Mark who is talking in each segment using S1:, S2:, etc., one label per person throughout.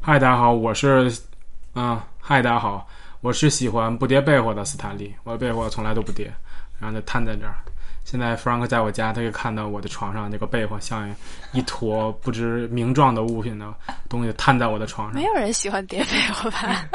S1: 嗨，大家好，我是，嗯，嗨，大家好，我是喜欢不叠被窝的斯坦利，我的被窝从来都不叠，然后就摊在这儿。现在 Frank 在我家，他就看到我的床上那个被窝像一坨不知名状的物品的东西摊在我的床上
S2: 没。有人喜欢叠被窝吧？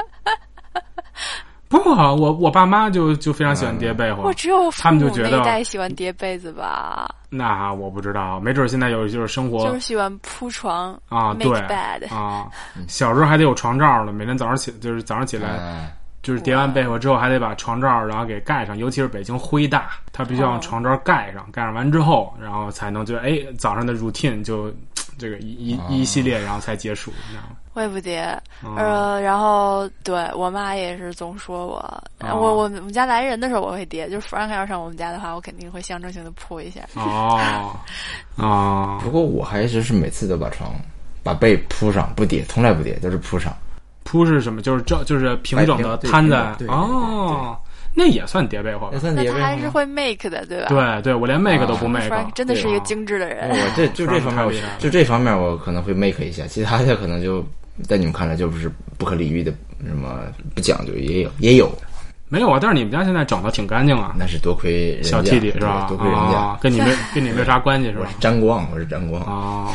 S1: 不好，我我爸妈就就非常喜欢叠被 窝
S2: 我。只有
S1: 嗯
S2: 父
S1: 他们就
S2: 母
S1: 觉
S2: 那
S1: 得
S2: 一代喜欢叠被子吧，
S1: 那我不知道，没准现在有就是生活
S2: 就是喜欢铺床
S1: 啊，
S2: make
S1: 对
S2: bed。
S1: 啊，小时候还得有床罩呢，每天早上起就是早上起来
S3: 哎，
S1: 就是叠完被窝之后，还得把床罩然后给盖上，尤其是北京灰大，它必须要用
S2: 哦
S1: 床罩盖上，盖上完之后，然后才能就哎早上的 routine 就这个一
S3: 哦
S1: 一一系列，然后才结束，你知道吗？
S2: 我也不叠，
S1: 嗯
S2: 呃，然后对我妈也是总说我，
S1: 哦
S2: 我我们我们家来人的时候我会叠，就是 Frank 要上我们家的话，我肯定会象征性的铺一下。
S1: 哦哦，
S3: 不过我还一直是每次都把床把被铺上，不叠，从来不叠，都是铺上。
S1: 铺是什么？就是正就是平整的
S3: 摆平
S1: 摊在
S3: 对平整对对
S1: 哦，那也算叠被窝吧
S3: 那？算
S2: 那
S3: 叠
S2: 他
S3: 被
S2: 还
S3: 吗
S2: 是会 make 的，对吧？
S1: 对对，我连 make 都不
S2: 那
S1: make，
S2: Frank 真的是一个
S1: 对啊
S2: 精致的
S3: 哎
S2: 人。
S3: 我这就这方面，我
S1: 非常厉害
S3: 就这方面我可能会 make 一下，其他的可能就在你们看来就不是不可理喻的，什么不讲究也有也有，
S1: 没有啊，但是你们家现在整的挺干净啊，
S3: 那是多亏人家，
S1: 小弟弟是
S3: 对
S1: 吧？
S3: 多亏人家
S1: 啊，，跟你没跟你没啥关系是
S3: 我
S1: 吧
S3: 是？沾光，我是沾光，
S1: 哦，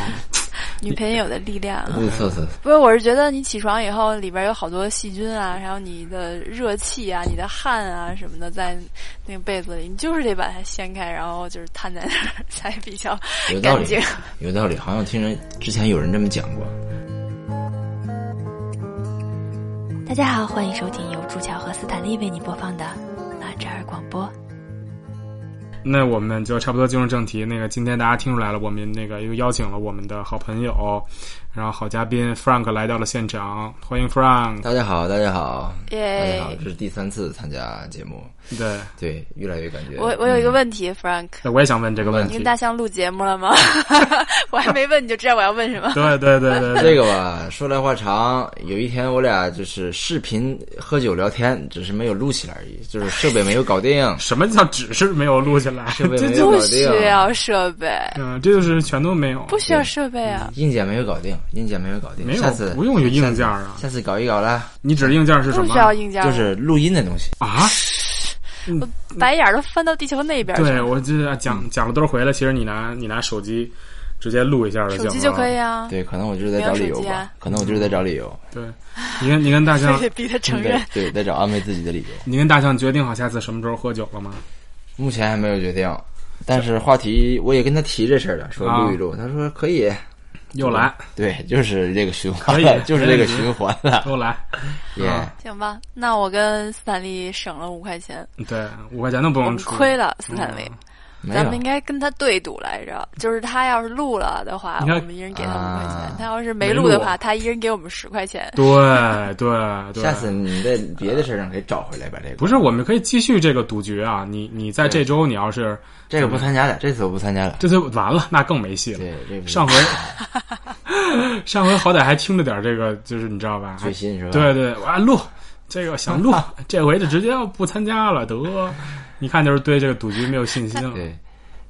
S2: 女朋友的力量啊！
S3: 嗯是是是，
S2: 不是，我是觉得你起床以后里边有好多细菌啊，还有你的热气啊、你的汗啊什么的，在那个被子里，你就是得把它掀开，然后就是摊在那儿才比较
S3: 有道
S2: 干
S3: 理
S2: 净。，
S3: 有道理，好像听人之前有人这么讲过。
S4: 大家好，欢迎收听由朱桥和斯坦利为你播放的马扎尔广播。
S1: 那我们就差不多进入正题。那个今天大家听出来了，我们那个又邀请了我们的好朋友，然后好嘉宾 Frank 来到了现场，欢迎 Frank。
S3: 大家好，大家好，大
S2: 耶
S3: 家好，这是第三次参加节目，
S1: 对，
S3: 对，越来越感觉
S2: 我我有一个问题、f r a n k
S1: 那我也想问这个问
S2: 你
S1: 题
S2: 跟。大象录节目了吗？我还没问你就知道我要问什 么。
S1: 对对对对对，，
S3: 这个吧，说来话长。有一天我俩就是视频喝酒聊天，只是没有录起来而已，就是设备没有搞定
S1: 什么叫只是没有录下来？
S3: 设备
S1: 这
S3: 没有
S2: 不
S3: 搞
S2: 需
S3: 定，
S2: 要设备，
S1: 嗯，这就是全都没有。
S2: 不需要设备啊。
S3: 硬件没有搞定，硬件没有搞定。
S1: 没有
S3: 下次
S1: 不用有硬件啊
S3: 下次下次搞一搞啦，
S1: 你指硬件是什
S2: 不
S1: 么
S2: 需？要硬件，
S3: 就是录音的东西。
S1: 啊？
S2: 白眼儿都翻到地球那边去
S1: 对
S2: 了，
S1: 我这讲讲了多少回了？其实你拿你拿手机直接录一下就行
S2: 手
S1: 了。
S2: 机就可以。啊。
S3: 对，可能我就是在找理由
S2: 没有手机
S3: 吧
S2: 啊，
S3: 可能我就是在找理由，
S1: 对，你跟你跟 大象
S2: 非，得逼他嗯承认
S3: 对。对，在找安慰自己的理由。
S1: 你跟大象决定好下次什么时候喝酒了吗？
S3: 目前还没有决定，但是话题我也跟他提这事儿了，说
S1: 啊
S3: 录一录，他说可以，
S1: 又来
S3: 对，就是这个循环
S1: 可
S3: 了
S1: 以，
S3: 就是这个循环
S2: 啊
S3: 了，
S1: 又来。
S3: 耶、
S2: 行吧，那我跟斯坦利省了五块钱，
S1: 对，五块钱都不
S2: 我
S1: 用
S2: 们
S1: 出。嗯
S2: 亏了斯坦利。
S3: 没
S2: 咱们应
S3: 有。
S2: 该跟他对赌来着，就是他要是录了的话，
S1: 你
S2: 我
S1: 看
S2: 们一人给他五块钱；
S3: 啊
S2: 他要是
S1: 没
S2: 没
S1: 录
S2: 录的话，他一人给我们十块钱。
S1: 对对对。
S3: 下次你在别的事儿上可以找回来把这个。
S1: 不是，我们可以继续这个赌局啊！你你在这周你要是
S3: 这个不参加了，这次我不参加了。
S1: 这就完了，那更没戏了。
S3: 对，这不是
S1: 上回上回好歹还听着点这个，就是你知道吧？
S3: 最新是吧？
S1: 对对，我还录这个想录，这回就直接要不参加了得。你看就是对这个赌局没有信心了。
S3: 对，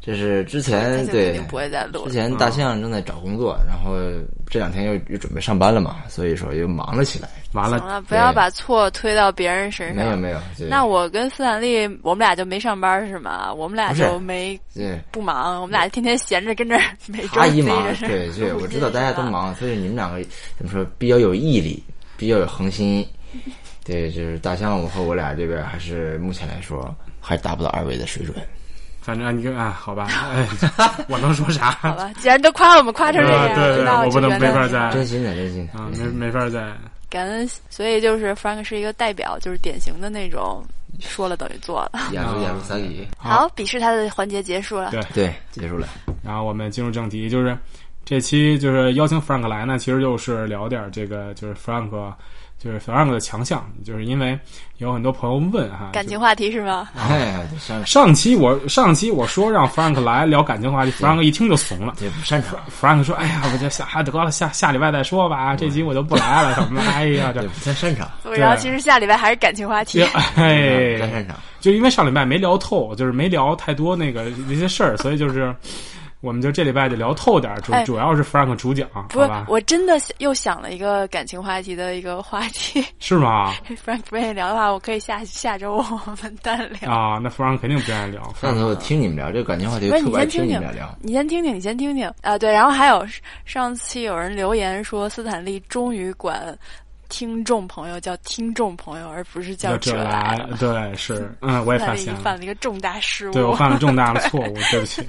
S3: 这是之
S2: 他
S3: 前
S2: 就肯
S3: 对
S2: 定不会再录
S3: 之
S2: 了。
S3: 前大象正在找工作，然后这两天又又准备上班了嘛，所以说又忙了起来。
S1: 完
S2: 行
S1: 了，
S2: 了，不要把错推到别人身
S3: 没有
S2: 上。
S3: 没有，对
S2: 啊那我跟斯坦利，我们俩就没上班是吗？我们俩
S3: 不是
S2: 就没
S3: 对
S2: 不忙，我们俩天天闲着跟这儿每周
S3: 他一
S2: 追
S3: 忙
S2: 着，这儿
S3: 对 对，
S2: 录
S3: 我
S2: 音
S3: 知道大家
S2: 是
S3: 都
S2: 吧。
S3: 忙，所以你们两个怎么说比较有毅力，比较有 恒心。对，就是大象我和我俩这边还是目前来说还达不到二位 的水准。
S1: 反正你跟啊，好吧，哎，我能说啥？
S2: 好吧，既然都夸我们夸成这
S1: 啊
S2: 样，
S1: 对对，
S2: 那
S1: 我
S2: 就
S1: 不能
S2: 原
S1: 没
S2: 谅
S1: 法
S2: 你
S1: 再
S3: 真心的，真心的
S1: 啊，没没法再。
S2: 感恩，所以就是 Frank 是一个代表，就是典型的那种说了等于做了。
S3: 亚如亚如萨里，
S1: 好
S2: 好，鄙视他的环节结束了。
S1: 对
S3: 啊对，结束了。
S1: 然后我们进入正题，就是这期就是邀请 Frank 来呢，其实就是聊点这个，就是 Frank 就是 Frank 的强项，就是因为有很多朋友问哈，
S2: 感情
S1: 就。
S2: 话题是吗？
S1: 啊
S3: 哎，这擅
S1: 上期我上期我说让 Frank 来聊感情话题，Frank 一听就怂了。
S3: 这不擅长，
S1: Frank 说：“哎呀，我就下啊得了，下下礼拜再说吧，这集我就不来了，怎么的？哎呀，
S3: 这
S1: 这
S3: 不太擅长，
S2: 然后其实下礼拜还是感情话题
S1: 这，哎
S3: 不太擅长。
S1: 就因为上礼拜没聊透，就是没聊太多那个那些事儿，所以就是我们就这礼拜就聊透点儿，主、
S2: 哎
S1: 主要是 Frank 主讲，
S2: 不是
S1: 好吧，？
S2: 我真的想又想了一个感情话题的一个话题。
S1: 是吗？
S2: Frank 不愿意聊的话，我可以下下周我们单聊。嗯
S1: 啊，那 Frank 肯定不愿意聊。
S3: 上次我听你们聊这个感情话题，
S2: 不是
S3: 特
S2: 你
S3: 别爱
S2: 先
S3: 听
S2: 听
S3: 你
S2: 听
S3: 们俩聊，。
S2: 你先听听，你先听听啊！对，然后还有上期有人留言说，斯坦利终于管听众朋友叫听众朋友，而不是叫
S1: 这
S2: 者
S1: 来
S2: 来了。，
S1: 对，是， 嗯，我也
S2: 斯
S1: 发
S2: 坦利
S1: 现
S2: 犯
S1: 了，
S2: 了一个重大失误。
S1: 对我犯了重大 的错误，对不起，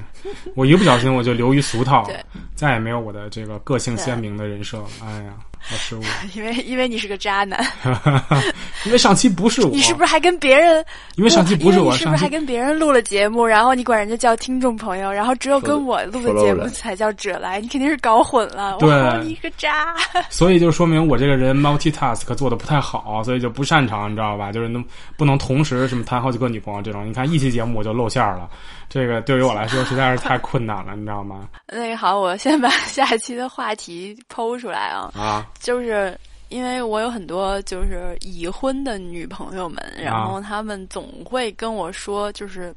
S1: 我一不小心我就流于俗套
S2: 对，
S1: 再也没有我的这个个性
S2: 对
S1: 鲜明的人设了。哎呀，我失误了，
S2: 因为因为你是个渣男，
S1: 因为上期不是我，
S2: 哎你是不是还跟别人？
S1: 因为上期不是
S2: 因为
S1: 我，
S2: 你是不
S1: 上
S2: 是还
S1: 期
S2: 跟别人录了节目，然后你管人家叫听众朋友，然后只有跟我录的节目才叫者来，你肯定是搞混了。
S1: 对
S2: 哇，你个渣！
S1: 所以就说明我这个人 multitask 做的不太好，所以就不擅长，你知道吧？就是能不能同时什么谈好几个女朋友这种？你看一期节目我就露馅儿了，这个对于我来说实在是太困难了，你知道吗？
S2: 那个好，我先把 下一期的话题剖出来啊，
S1: 啊，
S2: 就是。因为我有很多就是已婚的女朋友们，然后她们总会跟我说，就是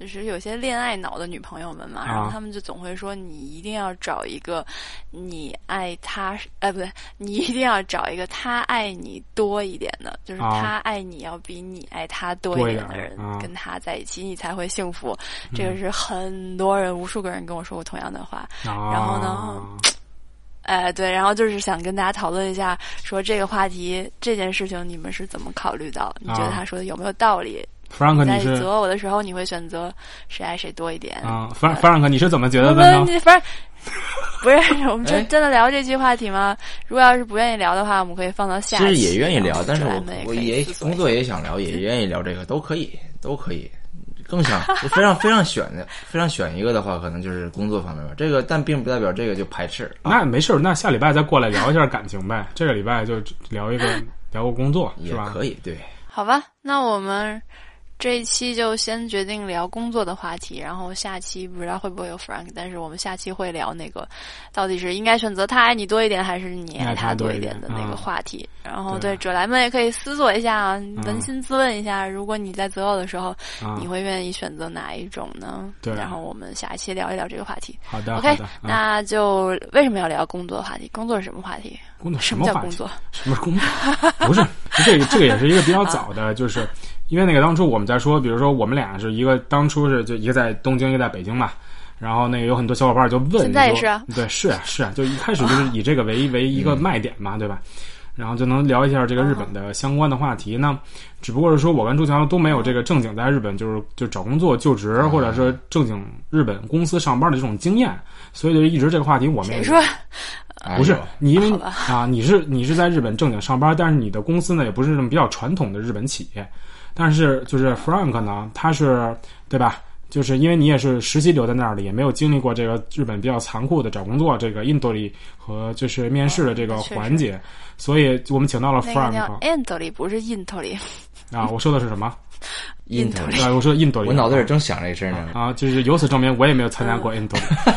S2: 就是有些恋爱脑的女朋友们嘛，
S1: 啊
S2: 然后她们就总会说，你一定要找一个你爱他，哎，不对，你一定要找一个他爱你多一点的，就是
S1: 啊
S2: 他爱你要比你爱他多
S1: 多一
S2: 一点的
S1: 点
S2: 人，
S1: 啊嗯
S2: 跟他在一起你才会幸福。这个是很多人、无数个人跟我说过同样的话，
S1: 然
S2: 然后
S1: 啊
S2: 呢？哎，对，然后就是想跟大家讨论一下，说这个话题这件事情你们是怎么考虑到？你觉得
S1: 啊
S2: 他说的有没有道理？
S1: Frank，
S2: 在
S1: 你
S2: 择
S1: 是
S2: 偶的时候，你会选择谁爱谁多一点？
S1: 啊，Frank Frank，你是怎么觉
S2: 我
S1: 得的
S2: 们
S1: 呢？
S2: 不是 不是，我们
S3: 哎
S2: 真真的聊这期话题吗？如果要是不愿意聊的话，我们可以放到
S3: 其
S2: 下期。
S3: 实也愿意聊，但是
S2: 然后
S3: 我
S2: 我们
S3: 我
S2: 可以
S3: 也
S2: 思索一
S3: 工作也想聊，也愿意聊这个，都可以，都可以。更想非常非常选的，非常选一个的话，可能就是工作方面吧。这个但并不代表这个就排斥啊，
S1: 那哎没事儿，那下礼拜再过来聊一下感情呗。这个礼拜就聊一个聊个工作，
S3: 也
S1: 是吧？
S3: 可以。对，
S2: 好吧，那我们这一期就先决定聊工作的话题，然后下期不知道会不会有 Frank，但是我们下期会聊那个到底是应该选择他爱你多一点，还是你爱他多一点的那个话题。然后
S1: 对
S2: 对者来们也可以思索一下啊，
S1: 嗯
S2: 扪心自问一下，如果你在择偶的时候，
S1: 啊
S2: 你，会愿意选择哪一种呢？
S1: 对
S2: 然后我们下一期聊一聊这个话题。
S1: 好的，好
S2: OK，
S1: 的。啊
S2: 那就为什么要聊工作话题？工作是什么话题？
S1: 工作
S2: 什
S1: 么
S2: 叫
S1: 话
S2: 工
S1: 题？
S2: 作？
S1: 什么工作？ 不是，这个这个也是一个比较早的，就是因为那个当初我们在说，比如说我们俩是一个当初是就一个在东京，一个在北京嘛。然后那个有很多小伙伴就问说，
S2: 现在也是啊
S1: 对，是啊是啊，就一开始就是以这个为为一个卖点嘛，对吧？然后就能聊一下这个日本的
S2: 嗯
S1: 相关的话题。那只不过是说我跟朱强都没有这个正经在日本就是就找工作就职，或者说正经日本公司上班的这种经验，所以就一直这个话题我们也
S2: 谁说
S3: 哎呦
S1: 不是你，因为你啊，
S2: 好
S1: 你是你是在日本正经上班，但是你的公司呢也不是那种比较传统的日本企业，但是就是 Frank 呢，他是对吧？就是因为你也是实习留在那儿的，也没有经历过这个日本比较残酷的找工作这个 interview 和就是面试的这个
S2: 哦确实
S1: 环节，所以我们请到了
S2: 那个
S1: Frank
S2: 叫哎 i n t o l y 不是 i n t o l y
S1: 啊，我说的是什么？
S3: 印
S2: 头
S3: 头，
S1: 啊，我说 interview，
S3: 我脑子里正想这事儿呢。
S1: 啊，就是由此证明我也没有参加
S2: 嗯
S1: 过 interview，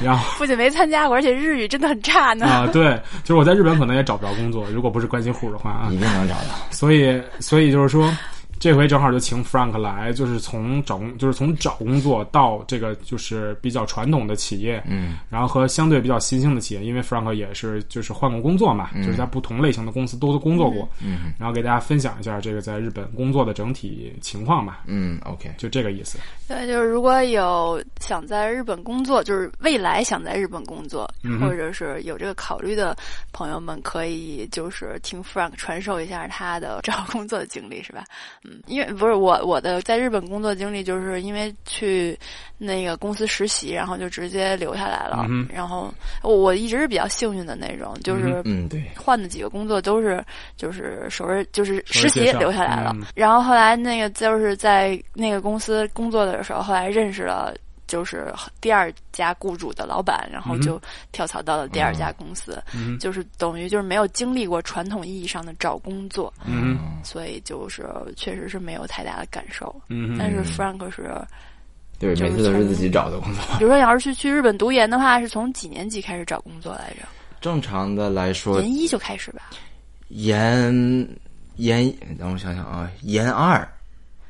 S1: 然后。
S2: 不仅没参加过，而且日语真的很差呢。
S1: 啊，对，就是我在日本可能也找不着工作，如果不是关系户的话啊，
S3: 一定能找到，
S1: 所以，所以就是说，这回正好就请 Frank 来，就是从找工，就是从找工作到这个就是比较传统的企业，
S3: 嗯，
S1: 然后和相对比较新兴的企业，因为 Frank 也是就是换过工作嘛，就是在不同类型的公司都工作过，
S3: 嗯，
S1: 然后给大家分享一下这个在日本工作的整体情况吧，
S3: 嗯，OK，
S1: 就这个意思。
S2: 对，就是如果有想在日本工作，就是未来想在日本工作，
S1: 嗯哼
S2: 或者是有这个考虑的朋友们，可以就是听 Frank 传授一下他的找工作的经历，是吧？嗯，因为不是我我的在日本工作经历，就是因为去那个公司实习，然后就直接留下来了。
S1: 嗯哼
S2: 然后我我一直是比较幸运的那种，就是
S3: 嗯，对，
S2: 换的几个工作都是就是首尔就是
S1: 首尔
S2: 实
S1: 介
S2: 习
S1: 绍
S2: 留下来了
S1: 嗯，
S2: 然后后来那个就是在那个公司工作的时候，后来认识了。就是第二家雇主的老板，然后
S1: 嗯哼
S2: 就跳槽到了第二家公司，
S1: 嗯哼
S2: 就是等于就是没有经历过传统意义上的找工作，
S3: 哦
S1: 嗯
S2: 所以就是确实是没有太大的感受。
S1: 嗯哼
S2: 但是 Frank 是，
S3: 对，每次都是自己找的工作。
S2: 比如说你要是去去日本读研的话，是从几年级开始找工作来着？
S3: 正常的来说，
S2: 研一就开始吧？
S3: 研研，让我想想啊，研二，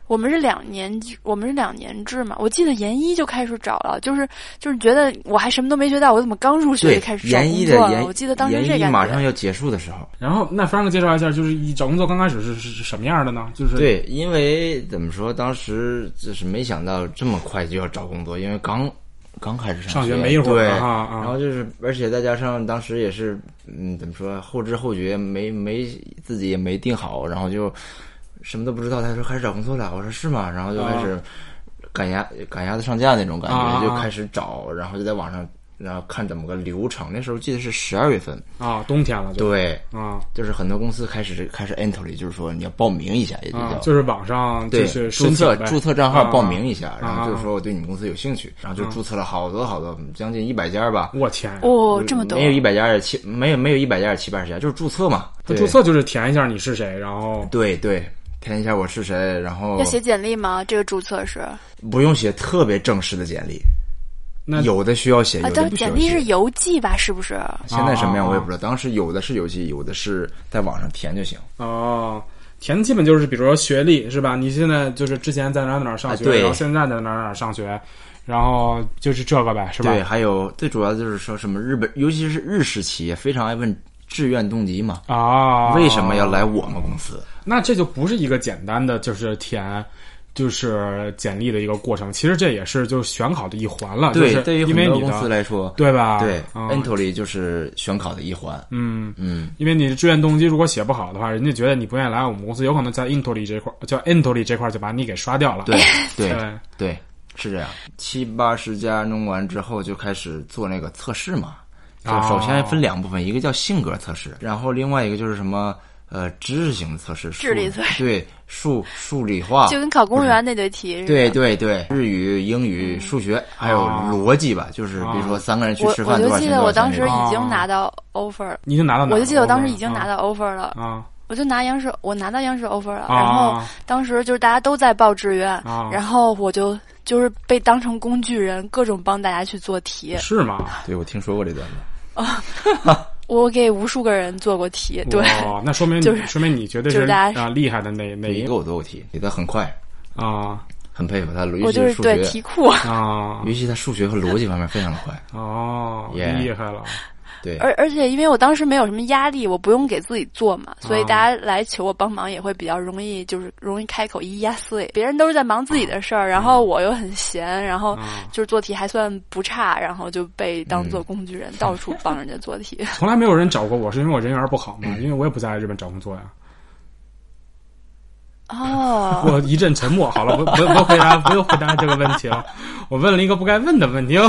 S2: 我们是两年，我们是两年制嘛。我记得研一就开始找了，就是就是觉得我还什么都没学到，我怎么刚入学
S3: 对
S2: 就开始找
S3: 研
S2: 工
S3: 一的
S2: 作了？
S3: 研，
S2: 我记得当时这
S3: 研一
S2: 感
S3: 马上
S2: 觉。
S3: 要结束的时候，
S1: 然后，那 Frank 介绍一下，就是一找工作刚开始是是是什么样的呢？就是，
S3: 对，因为怎么说，当时就是没想到这么快就要找工作，因为刚刚开始
S1: 上
S3: 学
S1: 学没一会儿
S3: 对，
S1: 啊啊
S3: 然后就是，而且再加上当时也是，嗯，怎么说，后知后觉，没没自己也没定好，然后就什么都不知道。他说开始找工作了，我说是吗？然后就开始赶鸭赶鸭子上架那种感觉，
S1: 啊啊啊啊
S3: 就开始找，然后就在网上。然后看怎么个流程，那时候记得是十二月份，
S1: 啊，冬天了就，
S3: 对，
S1: 啊
S3: 就是很多公司开始开始 entry，就是说你要报名一下，也就叫、
S1: 啊，就是网上就
S3: 对，
S1: 是申
S3: 注
S1: 请
S3: 册
S1: 呗
S3: 注册账号报名一下，
S1: 啊
S3: 然后就说我对你们公司有兴趣，然后就注册了好多好多，将近一百家吧。
S1: 我天，
S2: 哦，这么多
S3: 没有一百家也七，没有没有一百家也七八十家，就是注册嘛。
S1: 他
S3: 对
S1: 注册就是填一下你是谁，然后
S3: 对对，填一下我是谁，然后
S2: 要写简历吗？这个注册是啊，
S3: 不用写特别正式的简历，
S1: 那啊
S3: 有的需要写，有的
S2: 但
S3: 不需
S2: 啊简
S3: 要
S2: 历是
S3: 写。
S2: 邮寄吧？是不是？
S3: 现在什么样
S1: 啊啊
S3: 我也不知道，当时有的是邮寄，有的是在网上填就行。
S1: 哦，填的基本就是比如说学历是吧？你现在就是之前在哪儿哪儿上
S3: 啊
S1: 学，
S3: 对
S1: 然后现在在哪儿哪儿上学，然后就是这个呗，是吧？
S3: 对，还有最主要的就是说什么日本，尤其是日式企业非常爱问志愿动机嘛，
S1: 啊，
S3: 为什么要来我们公司？
S1: 那这就不是一个简单的就是填。就是简历的一个过程，其实这也是就是选考的一环了，啊就
S3: 对，
S1: 是
S3: 对于
S1: 因
S3: 很
S1: 为
S3: 多
S1: 你
S3: 公司
S1: 的
S3: 来说，
S1: 对吧？
S3: 对哎
S1: 嗯
S3: ，entry 就是选考的一环。
S1: 嗯，
S3: 嗯，
S1: 因为你的志愿动机如果写不好的话，人家觉得你不愿意来我们公司，有可能在 intoli 这块儿，叫 intoli 这块儿就把你给刷掉了。
S3: 对
S1: 对
S3: 对对，是这样。七八十家弄完之后，就开始做那个测试嘛。就
S1: 哦
S3: 首先分两部分，一个叫性格测试，然后另外一个就是什么呃知识型测试，
S2: 智力
S3: 数
S2: 测试
S3: 对数数理化，
S2: 就跟考公务员那对题似的。
S3: 对对对，日语、英
S2: 嗯
S3: 语、数学，还有
S1: 哦
S3: 逻辑吧，就是比如说三个人去
S2: 我
S3: 吃
S2: 哦我
S3: 饭
S2: 就
S3: 多少
S2: 记
S3: 钱，多
S2: 得
S3: 少
S2: 我
S3: 钱
S2: 当
S3: 那
S2: 时
S3: 种
S2: 已
S1: 哦
S2: 经拿到 offer 了，
S1: 你已经拿到哪儿了？
S2: 我就记得我当时已
S3: 哦
S2: 经拿
S1: 啊
S2: 到 offer 了，
S1: 啊
S2: 我就拿央视，我拿到央视 offer 了，
S1: 啊
S2: 然后当时就是大家都在报志愿，
S1: 啊
S2: 然后我就就是被当成工具人，各种帮大家去做题。
S1: 是吗？
S3: 对我听说过这段子。
S2: 我给无数个人做过题，对，
S1: 哇那说明你
S2: 就是
S1: 说明你绝对
S2: 就是是大家
S1: 啊厉害的那那
S3: 你
S1: 一
S3: 给我做过题，给他很快，
S1: 啊
S3: 很佩服他，尤
S2: 我就
S3: 其
S2: 是
S3: 数
S2: 对
S3: 学
S2: 题，库。
S1: 啊
S3: 尤其他数学和逻辑方面非常的快。
S1: 哦，
S3: Yeah
S1: 厉害了
S3: 对，
S2: 而而且因为我当时没有什么压力，我不用给自己做嘛，
S1: 啊
S2: 所以大家来求我帮忙也会比较容易，就是容易开口一压碎。别人都是在忙自己的事儿，然后我又很闲，然后
S1: 啊！嗯
S2: 就是做题还算不差，然后就被当做工具人，到处帮人家 做题。
S1: 从来没有人找过我，是因为我人缘不好嘛，因为我也不在日本找工作呀。
S2: 哦，
S1: 我一阵沉默，好了，不不不回答，不用回答这个问题了。我问了一个不该问的问题哦。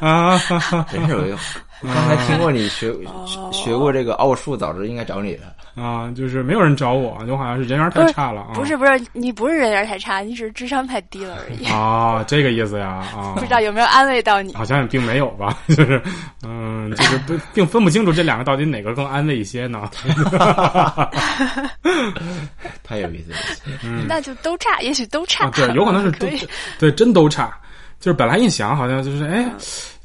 S1: 啊，
S3: 没事，我就 刚才听过你学学学过这个奥数，早知应该找你了。
S1: 啊，就是没有人找我，就好像是人缘太差了啊。
S2: 不是不是，你不是人缘太差，你只是智商太低了而 已。
S1: 啊，这个意思呀啊。
S2: 不知道有没有安慰到你？
S1: 好像也并没有吧， 就是，嗯，就是不并分不清楚这两个到底哪个更安慰一些 呢？
S3: 太有 意思了，
S2: 那就都差，也许都差。
S1: 啊，对，有可能是都
S2: 可以。
S1: 对，真都差。就是本来一想，好像就是哎，
S2: 嗯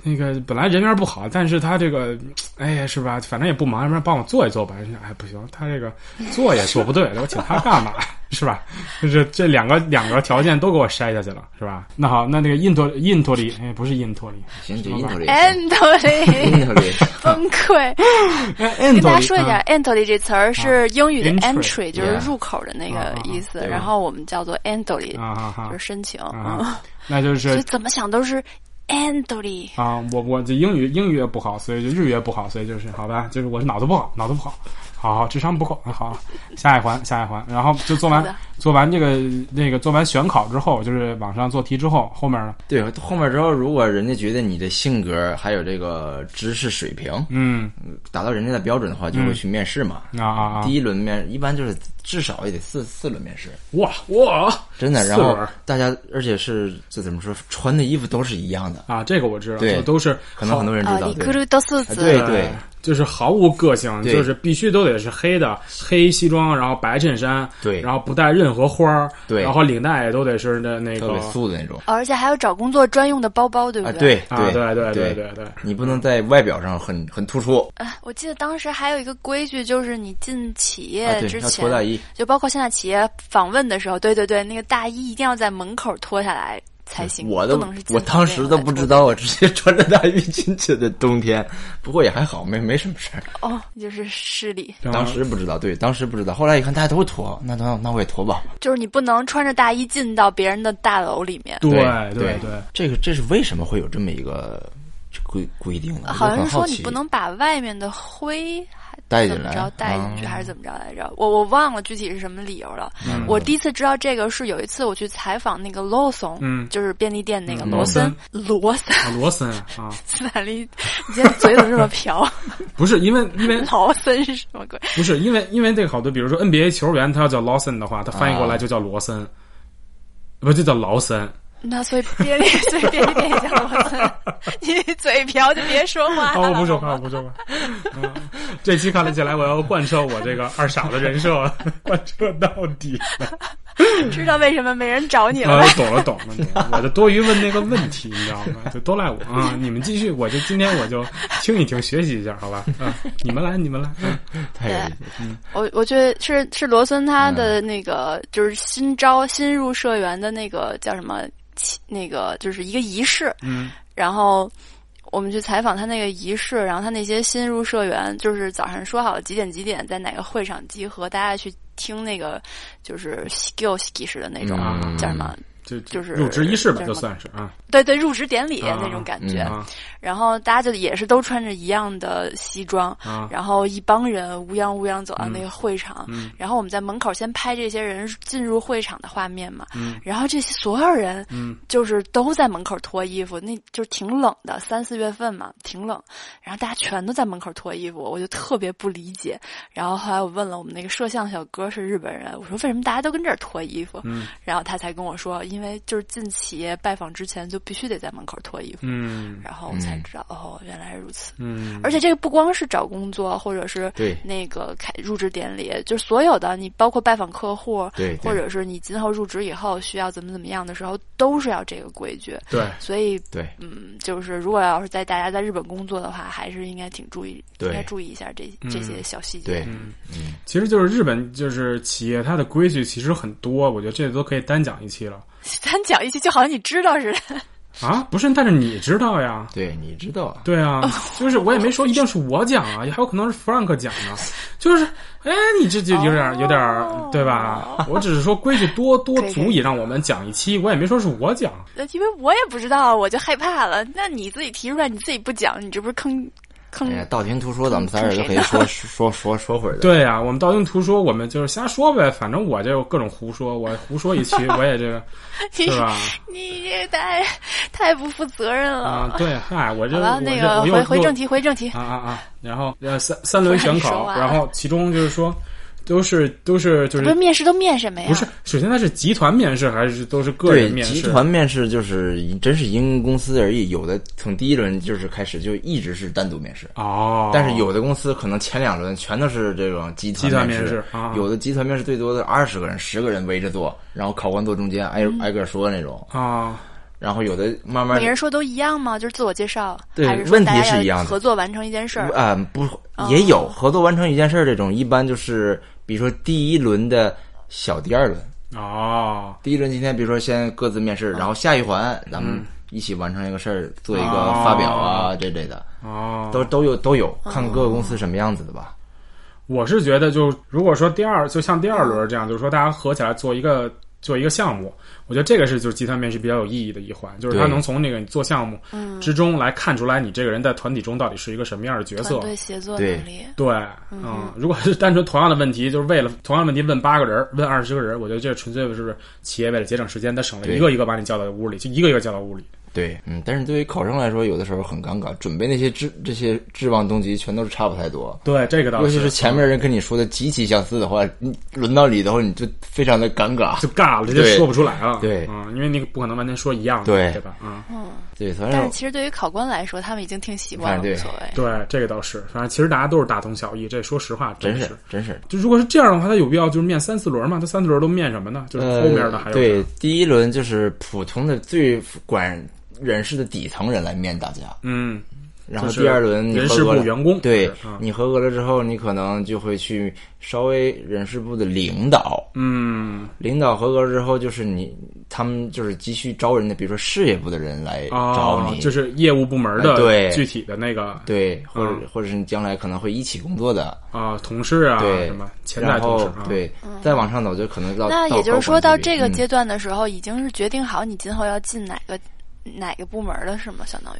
S1: 那个本来人缘不好，但是他这个，哎，是吧？反正也不忙，要不然帮我做一做吧。人家哎，不行，他这 个做也做不对，我请他干嘛？是吧？就是这两个两个条件都给我筛下去了，是吧？那好，那那个印托印托里，哎，不是印托里，
S3: 行，就
S2: 嗯
S3: Intel 也
S2: Anthony
S3: ，Intel 也
S2: 崩溃。
S1: 哎，印
S2: 跟
S1: 托
S2: 大家
S1: 里，
S2: 说一下
S1: 嗯
S2: ，entry 这词儿是英语的
S1: entry，
S2: 嗯 entry，就是嗯
S3: yeah
S2: 入口的那个意思，
S3: 啊啊
S2: 然后我们叫做 entry，
S1: 啊哈哈
S2: 就是申请。
S1: 啊
S2: 嗯
S1: 哈，那就
S2: 所以
S1: 是
S2: 怎么想都是 entry。
S1: 啊，我我这英语英语也不好，所以就日语也不好，所以就是好吧，就是我是脑子不好，脑子不好，好好智商不够，啊好，下一环下一环，然后就做完
S2: 好的
S1: 做完这个那个做完选考之后，就是网上做题之后，后面呢，
S3: 对。后面之后，如果人家觉得你的性格还有这个知识水平
S1: 嗯
S3: 达到人家的标准的话，就会去面试嘛。
S1: 啊啊啊
S3: 第，一轮面一般就是至少也得四四轮面试，
S1: 哇哇
S3: 真的。
S1: 四
S3: 然后
S1: 轮
S3: 大家，而且是这怎么说，穿的衣服都是一样的，
S1: 啊，这个我知道，
S3: 对
S1: 就都是呃
S3: 可能很多人知
S2: 啊，
S3: 道。
S2: 里
S3: 对
S2: 库鲁多四
S3: 啊
S2: 子
S3: 对对，
S1: 就是毫无个性，
S3: 对
S1: 就是必须都得是黑的，黑西装，然后白衬衫，
S3: 对
S1: 然后不带任何花儿，
S3: 对
S1: 然后领带也都得是那那
S3: 特
S1: 个
S3: 别素的那种
S2: 而且还有找工作专用的包包，对不
S3: 啊，
S2: 对？
S3: 对
S1: 啊，
S3: 对
S1: 对对
S3: 对
S1: 对对，
S3: 你不能在外表上很很突出
S2: 哎，我记得当时还有一个规矩，就是你进企
S4: 哎
S3: 啊，
S2: 业
S3: 对，
S2: 呃之
S3: 要
S2: 前，
S3: 脱大衣，
S2: 就包括现在企业访问的时候，对对对，那个大衣一定要在门口脱下来才行，
S3: 我
S2: 不
S3: 都
S2: 能是进
S3: 我当时都不知道，我直接穿着大衣进去的冬天，不过也还好，没没什么事 儿。
S2: 哦，就是失礼，
S1: 然后
S3: 当时不知道，对，当时不知道，后来一看大家都脱，那那那我也脱吧。
S2: 就是你不能穿着大衣进到别人的大楼里面。
S1: 对
S3: 对
S1: 对，
S3: 这个这是为什么会有这么一个规规定呢？
S2: 好
S3: 我就
S2: 像
S3: 很
S2: 是说
S3: 好
S2: 你
S3: 奇
S2: 不能把外面的灰还
S3: 带
S2: 怎
S3: 进
S2: 么
S3: 来
S2: 着带进去，
S3: 啊
S2: 还是怎么着来着？我我忘了具体是什么理由了。我第一次知道这个是有一次我去采访那个罗森，
S1: 嗯
S2: 就是便利店那个
S1: 嗯
S2: 罗森，罗森，
S1: 啊罗森啊，
S2: 斯坦利，你今天嘴怎么这么瓢？
S1: 不是因为因为
S2: 罗森是什么鬼？
S1: 不是因为因为这个好多，比如说 NBA 球员，他要叫 Lawson 的话，他翻译过
S3: 啊
S1: 来就叫罗森，不就叫劳森？
S2: 啊那所以便利，所以便利店也叫罗 森。你嘴瓢就别说话
S1: 啊，
S2: 了。
S1: 我不说话，我不说话。 啊这期看了起来，我要贯彻我这个二傻的人设，贯彻到 底。
S2: 知道为什么没人找你了
S1: 啊
S2: 吧？，
S1: 懂了懂了，懂了我就多余问那个问题，你知道吗？就都赖我 啊！你们继续，我就今天我就听一听，学习一下，好吧？ 啊，你们来，你们来。嗯
S3: 太有意思了
S2: 我我觉得是是罗森他的那个、就是新招新入社员的那个叫什么起那个就是一个仪式，
S1: 嗯
S2: 然后我们去采访他那个仪式，然后他那些新入社员就是早上说好了几点几点在哪个会场集合，大家去听那个就是 skill ski 式的那种、
S1: 嗯
S2: 叫什么？
S1: 就
S2: 就是
S1: 入职仪式吧，
S2: 叫什
S1: 就
S2: 么
S1: 算是啊
S2: 对对，入职典礼
S1: 啊
S2: 那种感觉，
S3: 嗯
S1: 啊
S2: 然后大家就也是都穿着一样的西装，
S1: 啊！
S2: 然后一帮人乌泱乌泱走到那个会场，
S1: 嗯嗯
S2: 然后我们在门口先拍这些人进入会场的画面嘛，
S1: 嗯
S2: 然后这些所有人
S1: 嗯
S2: 就是都在门口脱衣服，那就是挺冷的，三四月份嘛，挺冷，然后大家全都在门口脱衣服，我就特别不理解。然后后来我问了我们那个摄像小哥是日本人，我说为什么大家都跟这儿脱衣服？
S1: 嗯
S2: 然后他才跟我说，因为就是进企业拜访之前就必须得在门口脱衣服，
S1: 嗯
S2: 然后我才知道、哦，原来如此。
S1: 嗯，
S2: 而且这个不光是找工作，或者是
S3: 对
S2: 那个开入职典礼，就是所有的你包括拜访客户，
S3: 对对
S2: 或者是你今后入职以后需要怎么怎么样的时候，都是要这个规矩。
S1: 对
S2: 所以，
S3: 对
S2: 嗯，就是如果要是在大家在日本工作的话，还是应该挺注意，
S3: 对嗯
S2: 应该注意一下这这些小细节。
S3: 对，
S1: 嗯其实就是日本就是企业它的规矩其实很多，我觉得这都可以单讲一期了
S2: 咱讲一些就好像你知道似的，
S1: 啊。不是，但是你知道呀。
S3: 对，你知道啊，
S1: 对
S2: 哦
S1: 啊，就是我也没说一定是我讲啊，也还有可能是 Frank 讲呢。就是，哎，你这就有点有点
S2: 哦
S1: 对吧？我只是说规矩多多
S2: 可以可以
S1: 足以让我们讲一期，我也没说是我讲。
S2: 呃因为我也不知道，我就害怕了。那你自己提出来，你自己不讲，你这不是坑坑
S3: 哎呀，道听途说，
S2: 嗯
S3: 咱们仨人都可以 说说说说会儿的。
S1: 对呀、我们道听途说，我们就是瞎说呗，反正我就各种胡说，我胡说一期，我 也这个
S2: 你
S1: 是吧？
S2: 你这太太不负责任了。
S3: 嗯
S1: 啊，对，嗨，我这
S2: 好
S1: 我
S2: 了，
S1: 这
S2: 那个
S1: 我又
S2: 回回
S1: 又
S2: 正题，回正题。
S1: 啊啊啊！然后呃三三轮选
S2: 不让你说
S1: 考，
S2: 话
S1: 然后其中就是说，都是都是就
S2: 不是
S1: 是
S2: 面试都面什么呀？
S1: 不是，首先它是集团面试还是都是个
S3: 对
S1: 人面试？
S3: 集团面试就是真是因公司而异，有的从第一轮就是开始就一直是单独面试，
S1: 哦，
S3: 但是有的公司可能前两轮全都是这种集
S1: 集团
S3: 面
S1: 面试啊
S3: 有的集团面试最多的二十个人、十个人围着坐，然后考官坐中间挨
S1: 嗯
S3: 挨个说那种，
S1: 啊，
S3: 然后有的慢慢
S2: 每人说都一样吗？就是自我介绍，
S3: 哎对
S2: 还是说
S3: 问题
S2: 大
S3: 是
S2: 家
S3: 一样
S2: 要
S3: 的
S2: 合作完成一件事儿？
S3: 啊、不也有合作完成一件事儿这种，一般就是比如说第一轮的小第二轮，
S1: 哦，
S3: 第一轮今天比如说先各自面
S1: 啊
S3: 试，然后下一环咱
S1: 嗯
S3: 们一起完成一个事儿，做一个发表啊这类的，
S1: 哦，
S3: 都都有都有，看各个公司什么样子的吧。
S1: 我是觉得就如果说第二，就像第二轮这样，就是说大家合起来做一个。做一个项目，我觉得这个是就是集团面试比较有意义的一环，就是他
S3: 对
S1: 能从那个你做项目
S2: 嗯
S1: 之中来看出来你这个人在团体中到底是一个什么样的角色。
S2: 团队协作能力，
S1: 对，嗯，如果是单纯同样的问题，就是为了同样的问题问八个人儿，问二十个人儿，我觉得这纯粹是不是企业为了节省时间，他省了
S3: 对
S1: 一个一个把你叫到屋里，就一个一个叫到屋里。
S3: 对，嗯，但是对于考生来说，有的时候很尴尬，准备那些志这些志望东西全都是差不太多。
S1: 对，这个倒
S3: 尤其
S1: 是嗯
S3: 是前面人跟你说的极其相似的话，你轮到你的话，你就非常的尴尬。
S1: 就尬了，就
S3: 对
S1: 说不出来了。
S3: 对
S1: 嗯，因为你不可能完全说一样的，
S3: 对
S1: 对吧？嗯，
S3: 对，反
S2: 但
S3: 正
S2: 是其实对于考官来说，他们已经挺习惯
S3: 反
S2: 了，
S3: 哎对
S2: 无所谓。
S1: 对，这个倒是，反正其实大家都是大同小异，这说实话
S3: 真
S1: 是。
S3: 是真是，
S1: 就如果是这样的话，他有必要就是面三四轮嘛？他三四轮都面什么呢？就是后面的还有、
S3: 呃对，第一轮就是普通的最管人事的底层人来面大家，
S1: 嗯，
S3: 然后
S1: 就是
S3: 第二轮你
S1: 人
S3: 合
S1: 事
S3: 格
S1: 部
S3: 了，
S1: 员工
S3: 对
S1: 就是嗯
S3: 你合格了之后，你可能就会去稍微人事部的领导，
S1: 嗯
S3: 领导合格之后就是你，他们就是急需招人的，比如说事业部的人来
S1: 哦
S3: 找，你，
S1: 就是业务部门的
S3: 哎对
S1: 具体的那个
S3: 对，或者、
S1: 嗯
S3: 或者是你将来可能会一起工作的，
S1: 啊同事啊
S3: 对
S1: 什么潜在
S3: 然
S1: 同事
S3: 后
S1: 啊，
S3: 对，再往上走就可能到
S2: 嗯那也就是说，
S3: 高
S2: 到
S3: 管级
S2: 这个
S3: 嗯
S2: 阶段的时候，已经是决定好你今后要进哪个哪个部门了，是吗？相当于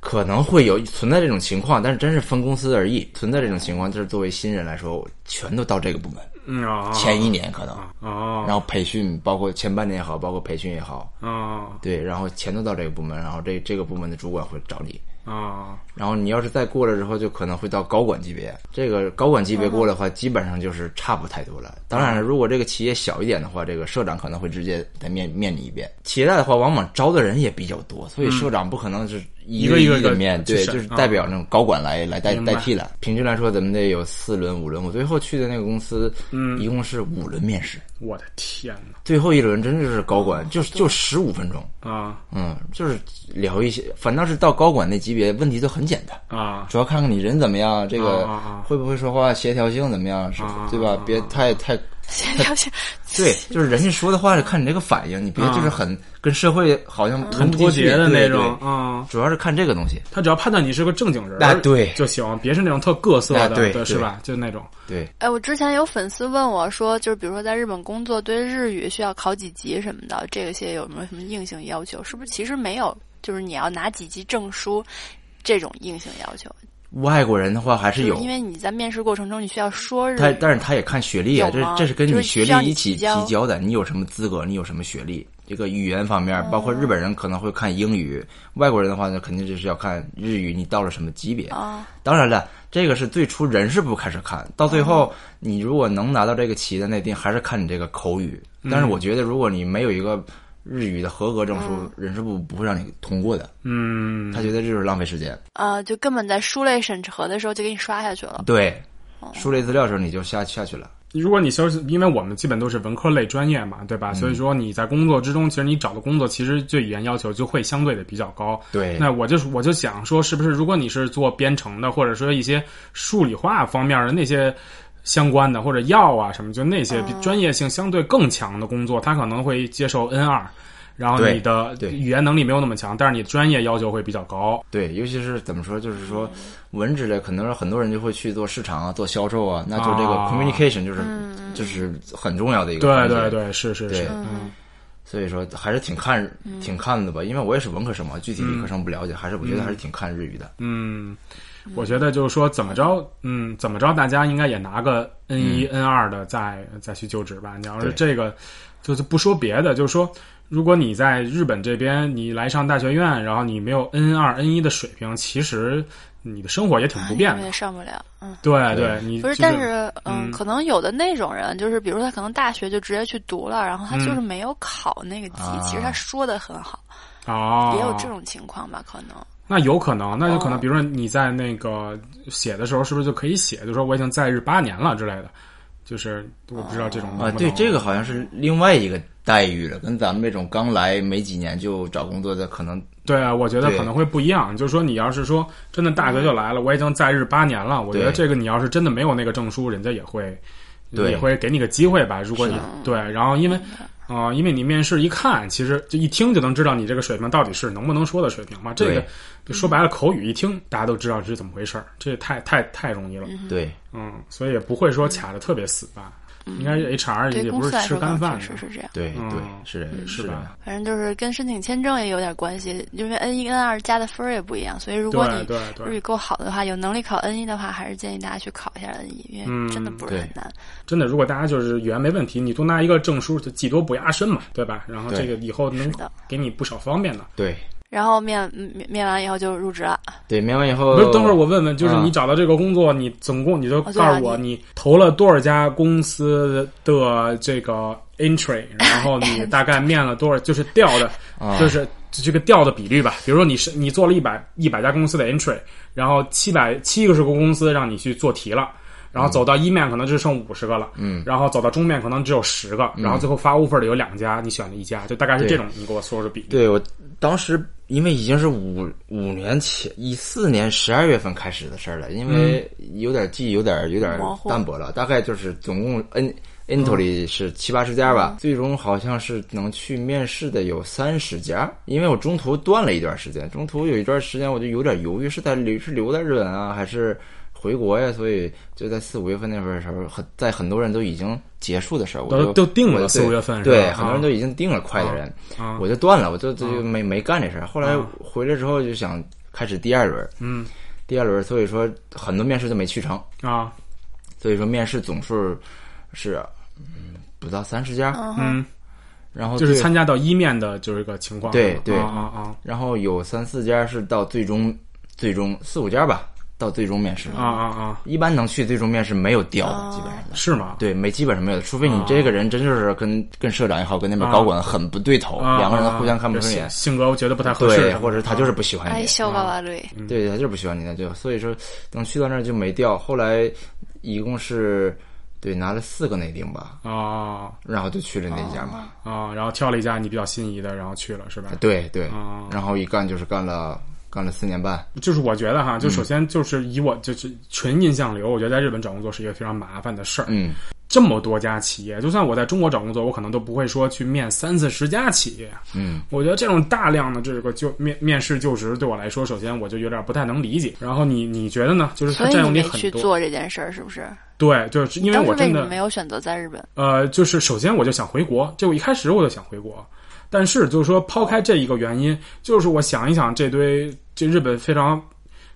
S3: 可能会有存在这种情况，但是真是分公司而异，存在这种情况，就是作为新人来说，我全都到这个部门，
S1: 嗯啊
S3: 前一年可能，
S1: 哦
S3: 然后培训包括前半年也好，包括培训也好，
S1: 哦
S3: 对，然后钱都到这个部门，然后这这个部门的主管会找你，
S1: 哦
S3: 然后你要是再过了之后，就可能会到高管级别。这个高管级别过了的话，基本上就是差不太多了。当然了，如果这个企业小一点的话，这个社长可能会直接再面面你一遍。企业大的话，往往招的人也比较多，所以社长不可能是一
S1: 嗯一个
S3: 一
S1: 一个
S3: 个面
S1: 去
S3: 对，
S1: 审
S3: 就是
S1: 啊
S3: 代表那种高管来来代
S1: 明白
S3: 代替了。平均来说，咱们得有四轮五轮。我最后去的那个公司，
S1: 嗯
S3: 一共是五轮面试，
S1: 我的天哪
S3: 最后一轮真的是高管，就是就十五分钟。
S1: 啊
S3: 嗯，就是聊一些，反倒是到高管那级别，问题都很简单。
S1: 啊
S3: 主要看看你人怎么样，这个
S1: 啊啊啊
S3: 会不会说话，协调性怎么样，是
S1: 啊啊
S3: 对吧？别太太
S2: 协调性
S3: 对，就是人家说的话，看你这个反应，你别
S1: 啊
S3: 就是很跟社会好像
S1: 很
S3: 很
S1: 脱节的那种啊。
S3: 主要是看这个东西，
S1: 他只要判断你是个正经人，
S3: 啊对
S1: 就行，别是那种特各色
S3: 啊
S1: 的，
S3: 对
S1: 对是
S3: 对
S1: 吧？就那种，
S3: 对，
S2: 哎，我之前有粉丝问我说，就是比如说在日本工作，对日语需要考几级什么的，这些有没有什么硬性要求？是不是其实没有，就是你要拿几级证书这种硬性要求？
S3: 外国人的话还
S2: 就是
S3: 有
S2: 是，因为你在面试过程中你需要说日
S3: 他
S2: 语，
S3: 但是他也看学历啊，
S2: 有
S3: 这
S2: 吗
S3: 这是跟
S2: 就
S3: 你
S2: 是
S3: 学
S2: 需要
S3: 历
S2: 你
S3: 一起
S2: 提
S3: 提
S2: 交
S3: 交的，你有什么资格，你有什么学历。这个语言方面，包括日本人可能会看英语，外国人的话呢，肯定就是要看日语，你到了什么级别
S2: 啊。
S3: 当然了，这个是最初人事部开始看，到最
S2: 哦
S3: 后、你如果能拿到这个企业的内定，还是看你这个口语。
S1: 嗯
S3: 但是我觉得，如果你没有一个日语的合格证书，
S2: 嗯
S3: 人事部不会让你通过的。
S1: 嗯，
S3: 他觉得这就是浪费时间。
S2: 呃，就根本在书类审核的时候就给你刷下去了。
S3: 对，书类资料的时候你就下下去了。
S1: 如果你修，因为我们基本都是文科类专业嘛，对
S3: 嗯
S1: 吧？所以说你在工作之中，其实你找的工作其实对语言要求就会相对的比较高。
S3: 对
S1: 那我就我就想说，是不是如果你是做编程的，或者说一些数理化方面的那些相关的，或者药啊什么，就那些比专业性相对更强的工作，他可能会接受 N 二。然后
S3: 对
S1: 你的
S3: 对
S1: 语言能力没有那么强，但是你的专业要求会比较高。
S3: 对，尤其是怎么说，就是说
S1: 嗯
S3: 文职类，可能很多人就会去做市场啊，做销售啊，那就这个
S1: 啊
S3: communication 就是、就是很重要的一个
S1: 对
S3: 环节。
S1: 对对，是嗯是嗯
S3: 对
S1: 是，嗯
S3: 所以说还是挺看挺看的吧，因为我也是文科生嘛，具体理科生不了解，还是我觉得还是挺看日语的。
S1: 嗯，我觉得就是说怎么着，嗯，怎么着，大家应该也拿个 N 一、N 二的再再去就职吧。你要是
S3: 嗯对
S1: 这个，就是不说别的，就是说，如果你在日本这边你来上大学院，然后你没有 N 二、N 一的水平，其实你的生活也挺不便
S2: 因为
S1: 的。
S2: 上不了，嗯，
S1: 对
S3: 对
S1: 对，你
S2: 不是，
S1: 就
S2: 但是嗯，
S1: 嗯
S2: 可能有的那种人，就是比如说他可能大学就直接去读了，然后他
S1: 嗯
S2: 就是没有考那个级，
S3: 啊
S2: 其实他说的很好，
S1: 哦，
S2: 也有这种情况吧，可能。
S1: 那有可能，那有可能，
S2: 哦
S1: 比如说你在那个写的时候，是不是就可以写，就说我已经在日八年了之类的，就是我不知道这种
S3: 啊，
S1: 能不
S3: 对，
S1: 能
S3: 这个好像是另外一个待遇了，跟咱们这种刚来没几年就找工作的，可能
S1: 对啊，我觉得
S3: 对
S1: 可能会不一样。就是说，你要是说真的大学就来了，我已经在日八年了，我觉得
S3: 对
S1: 这个你要是真的没有那个证书，人家也会
S3: 对啊
S1: 也会给你个机会吧。如果你对，然后因为啊、呃因为你面试一看，其实就一听就能知道你这个水平到底是能不能说的水平嘛。这个
S3: 对
S1: 就说白了，口语一听大家都知道这是怎么回事儿，这也太太太容易了。
S3: 对
S1: 嗯，所以也不会说卡的特别死吧。
S3: 嗯
S1: 应该是 HR
S2: 对
S1: 也
S2: 公
S1: 不
S2: 司
S1: 是
S2: 来
S1: 吃
S2: 说，可
S1: 干
S2: 能
S1: 饭
S2: 确
S1: 的
S2: 实。是这样。
S3: 对
S1: 嗯
S3: 对，是的
S1: 是
S3: 的
S1: 吧？
S2: 反正就是跟申请签证也有点关系，因为 N 一 N 二加的分儿也不一样，所以如果
S1: 对
S2: 你
S1: 对对
S2: 日语够好的话，有能力考 N 一的话，还是建议大家去考一下 N 一，因为真的
S1: 嗯
S2: 不是很
S3: 对
S2: 难。
S1: 真的，如果大家就是语言没问题，你多拿一个证书，就技多不压身嘛，对吧？然后这个以后能
S2: 的
S1: 给你不少方便的。
S3: 对，
S2: 然后面面面完以后就入职了。
S3: 对，面完以后，
S1: 不是，等会儿我问问，就是
S3: 啊
S1: 你找到这个工作，你总共你就
S2: 哦对啊
S1: 告诉我
S2: 你
S1: 你投了多少家公司的这个 entry，然 后你大概面了多少，就是调的，
S3: 啊
S1: 就是这个调的比率吧。比如说你是你做了一百一百家公司的 entry，然后七百七个是个公司让你去做题了。然后走到一面可能只剩五十个了，
S3: 嗯
S1: 然后走到中面可能只有十个，然后最后发 offer 的有两家，你选了一家，就大概是这
S3: 对
S1: 种，你给我说说比例。
S3: 对我当时因为已经是五五年前，一四年十二月份开始的事儿了，因为
S1: 嗯
S3: 有点记忆有点有点
S2: 模糊
S3: 淡薄了，大概就是总共 N。n t o r
S1: 嗯
S3: y 是七八十家吧，最终好像是能去面试的有三十家，因为我中途断了一段时间，中途有一段时间我就有点犹豫，是在留是留在日本啊，还是回国呀？所以就在四五月份那会儿的时候，很在很多人都已经结束的时候，我
S1: 都
S3: 就
S1: 都定了
S3: 我对
S1: 四五月份是吧
S3: 对，
S1: 啊
S3: 很多人都已经定了快的人，
S1: 啊，
S3: 我就断了，我就就就没、没干这事儿。后来
S1: 啊
S3: 回来之后就想开始第二轮，
S1: 嗯
S3: 第二轮，所以说很多面试都没去成，
S1: 啊
S3: 所以说面试总数是嗯不到三十家，
S1: 嗯，
S3: 然后
S1: 就是
S3: 最
S1: 参加到一面的，就是个情况。
S3: 哦对对
S1: 啊啊
S3: 然后有三四家是到最终最终四五家吧，到最终面试，
S1: 啊啊啊啊！
S3: 一般能去最终面试没有掉的，基本上。
S1: 是吗？
S3: 对，没基本上没有，除非你这个人真就是跟跟社长也好，跟那边
S1: 哦啊
S3: 高管很不对头，
S1: 啊，
S3: 两个
S1: 啊
S3: 人互相看不
S1: 就
S3: 顺
S1: 性
S3: 眼，
S1: 性格我觉得不太合适
S3: 对，
S1: 吧，
S3: 或者他就是不喜欢你，
S2: 哎，
S1: 啊
S2: 小娃娃类，
S1: 嗯
S3: 对，他就是不喜欢你的，就所以说等去到那儿就没掉。后来一共是对拿了四个内定吧，
S1: 啊
S3: 然后就去了那家嘛。
S1: 啊，然后挑了一家你比较心仪的，然后去了是吧？
S3: 对对，
S1: 啊，
S3: 然后一干就是干了干了四年半。
S1: 就是我觉得哈，
S3: 嗯
S1: 就首先就是以我就是纯印象流，我觉得在日本找工作是一个非常麻烦的事儿。
S3: 嗯，
S1: 这么多家企业，就算我在中国找工作，我可能都不会说去面三四十家企业。
S3: 嗯，
S1: 我觉得这种大量的这个就面面试就职，对我来说，首先我就有点不太能理解。然后你你觉得呢？就是它
S2: 所以
S1: 占
S2: 你
S1: 用你
S2: 没
S1: 很
S2: 去
S1: 多。
S2: 做这件事儿，是不是？
S1: 对，就是因为
S2: 当时
S1: 我
S2: 为
S1: 真
S2: 什么
S1: 的
S2: 没有选择在日本？
S1: 呃，就是首先我就想回国，就一开始我就想回国，但是就是说抛开这一个原因，就是我想一想这堆这日本非常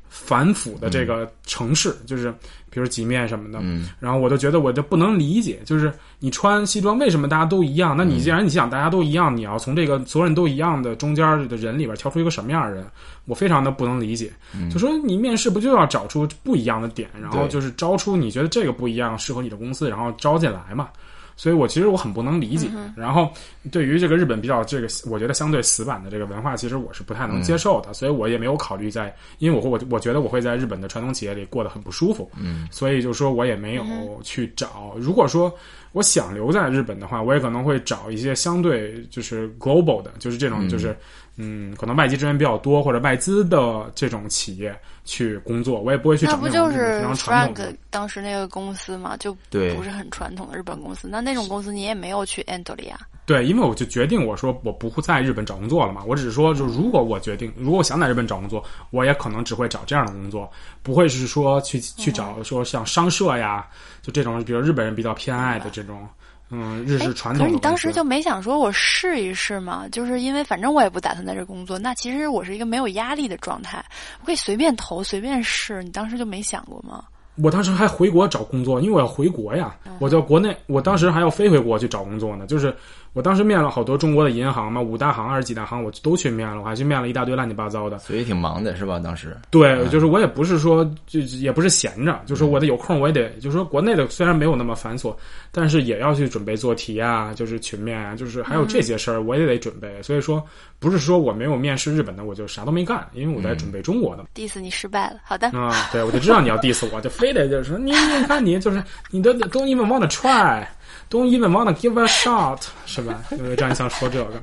S1: 繁复的这个城市，就是比如几面什么的，
S3: 嗯
S1: 然后我就觉得我就不能理解，就是你穿西装为什么大家都一样？那
S3: 嗯
S1: 你既然你想大家都一样，你要从这个所有人都一样的中间的人里边挑出一个什么样的人，我非常的不能理解。就说你面试不就要找出不一样的点，然后
S3: 嗯对
S1: 就是招出你觉得这个不一样适合你的公司，然后招进来嘛。所以我其实我很不能理解。然后对于这个日本比较这个，我觉得相对死板的这个文化，其实我是不太
S3: 嗯
S1: 能接受的，所以我也没有考虑在，因为我会我我觉得我会在日本的传统企业里过得很不舒服，嗯，所以就说我也没有
S2: 嗯
S1: 去找。如果说我想留在日本的话，我也可能会找一些相对就是 global 的，就是这种就是。嗯，可能外籍资源比较多，或者外资的这种企业去工作，我也不会去
S2: 那
S1: 找
S2: 不
S1: 种
S2: 就
S1: 日本
S2: 是
S1: 非常传统的
S2: Frank 当时那个公司嘛，就
S3: 对
S2: 不是很传统的日本公司。那那种公司你也没有去 a n t o l i 啊？
S1: 对，因为我就决定我说我不会在日本找工作了嘛，我只是说，就如果我决定，如果我想在日本找工作，我也可能只会找这样的工作，不会是说去去找说像商社呀，就这种，比如日本人比较偏爱的这种，嗯，日
S2: 哎
S1: 式传
S2: 可
S1: 统的公司。
S2: 是你当时就没想说我试一试吗？就是因为反正我也不打算在这工作，那其实我是一个没有压力的状态，我可以随便投随便试。你当时就没想过吗？
S1: 我当时还回国找工作，因为我要回国呀。
S2: 嗯
S1: 我在国内，我当时还要飞回国去找工作呢。就是我当时面了好多中国的银行嘛，五大行还是几大行，我都去面了，我还去面了一大堆乱七八糟的。
S3: 所以挺忙的是吧？当时
S1: 对，就是我也不是说，就就也不是闲着，就是我得有空，我也得，就是说国内的虽然没有那么繁琐，但是也要去准备做题啊，就是群面啊，就是还有这些事儿，我也得准备。所以说，不是说我没有面试日本的，我就啥都没干，因为我在准备中国的嘛。
S2: 第一次你失败了，好的，
S1: 啊、对，我就知道你要 diss 我，就非得就是说你你看你就是你的 don't even wanna try，don't even wanna give a shot，是吧？就是这样想说这个，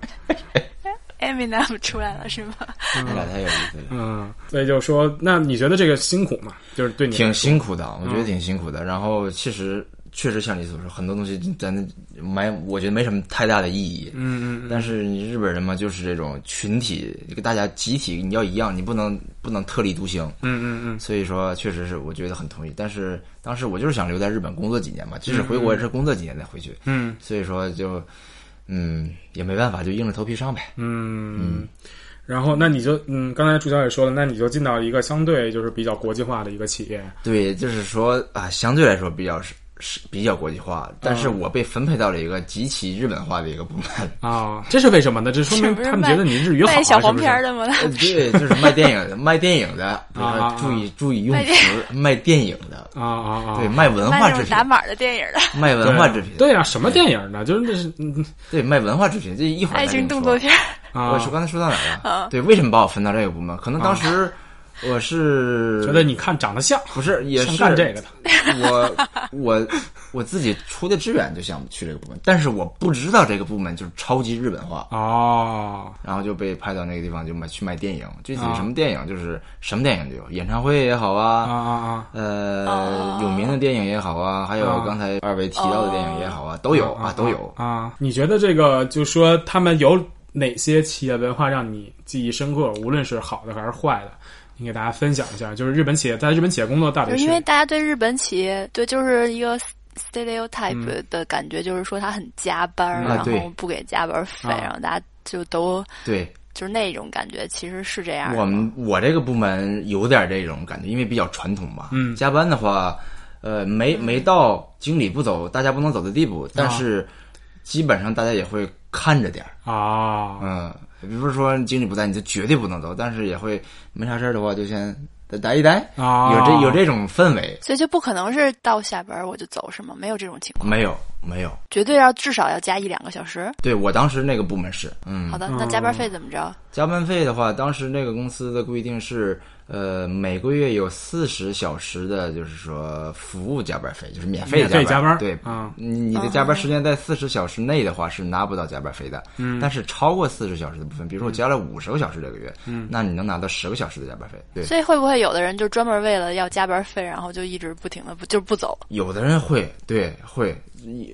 S2: Eminem 出来了是吗？
S3: 那俩太有意思了，
S1: 嗯，所以就说，那你觉得这个辛苦吗？就是对你
S3: 挺辛苦的，我觉得挺辛苦的。然后其实确实像你所说，很多东西咱没，我觉得没什么太大的意义。
S1: 嗯嗯嗯
S3: 但是你日本人嘛，就是这种群体，跟大家集体你要一样，你不能不能特立独行。
S1: 嗯嗯嗯，
S3: 所以说，确实是我觉得很同意。但是当时我就是想留在日本工作几年嘛，即使回国也是工作几年再回去。
S1: 嗯，
S3: 所以说就，嗯，也没办法，就硬着头皮上呗。
S1: 嗯，然后那你就嗯，刚才朱小也说了，那你就进到一个相对就是比较国际化的一个企业，
S3: 对，就是说啊，相对来说比较是是比较国际化，但是我被分配到了一个极其日本化的一 个部门。
S1: 啊，这是为什么呢？这说明
S2: 这不是
S1: 他们
S2: 卖
S1: 觉得你日语好啊，
S2: 卖小黄
S1: 是不
S2: 片儿
S1: 是？
S2: 的吗？
S3: 呃对，就是卖电影 的，卖电影的，比如
S1: 哎啊啊
S3: 说
S1: 啊
S3: 注意注意用词，卖电影的，
S1: 啊啊啊！
S3: 对，卖文
S2: 卖
S3: 化
S2: 那
S3: 制
S2: 种
S3: 品
S2: 打，码的电影的，
S3: 卖
S1: 对
S3: 文化制品，
S1: 对啊，什么电影呢？就是那是嗯
S3: 对，卖文化制品，这一会儿
S2: 爱
S3: 再跟
S2: 情
S3: 你
S2: 动
S3: 说
S2: 作片儿。啊
S1: 啊，
S3: 我说刚才说到哪儿了？对，为什么把我分到这个部门？可能当时我是
S1: 觉得你看长得像，
S3: 不是也
S1: 像
S3: 是
S1: 干这个的。
S3: 我我我自己出的志愿就想去这个部门，但是我不知道这个部门就是超级日本
S1: 啊
S3: 化，
S1: 哦，
S3: 然后就被派到那个地方就买去卖电影，具体什么电影就是什么电影都有，演唱会也好
S1: 啊
S3: 啊。
S1: 啊啊！
S2: 哦
S3: 呃，有名的电影也好啊，还有
S1: 啊
S3: 刚才二位提到的电影也好啊，都有啊，都有。
S1: 啊。你觉得这个，就说他们有哪些企业文化让你记忆深刻，无论是好的还是坏的，你给大家分享一下。就是日本企业在日本企业工作到底
S2: 就是因为大家对日本企业，对就是一个 stereotype 的感觉，就是说他很加班儿，
S1: 嗯
S3: 啊
S2: 然
S3: 对
S2: 后不给加班费，
S1: 啊
S2: 然后大家就都
S3: 对
S2: 就是那种感觉，其实是这样的。
S3: 我们我这个部门有点这种感觉，因为比较传统嘛。嗯，加班的话，呃，没没到经理不走，大家不能走的地步，但是基本上大家也会看着点儿。
S1: 啊
S3: 嗯，也不是说经理不在，你就绝对不能走，但是也会没啥事儿的话，就先再待一待。
S1: 啊，
S3: 有这有这种氛围，
S2: 所以就不可能是到下班儿我就走，是吗？没有这种情况，
S3: 没有没有。
S2: 绝对要至少要加一两个小时。
S3: 对我当时那个部门是，嗯，
S2: 好的，那加班费怎么着？
S3: 加班费的话，当时那个公司的规定是，呃，每个月有四十小时的，就是说服务加班费，就是免费的
S1: 免费加
S3: 加
S1: 班儿
S3: 对，
S1: 嗯
S3: 你你的加
S2: 哦
S3: 班时间在四十小时内的话是拿不到加班费的。嗯，但是超过四十小时的部分，比
S1: 嗯
S3: 如说我加了五十个小时这个月，嗯，那你能拿到十个小时的加班费。对，
S2: 所以会不会有的人就专门为了要加班费，然后就一直不停的不就不走？
S3: 有的人会，对会，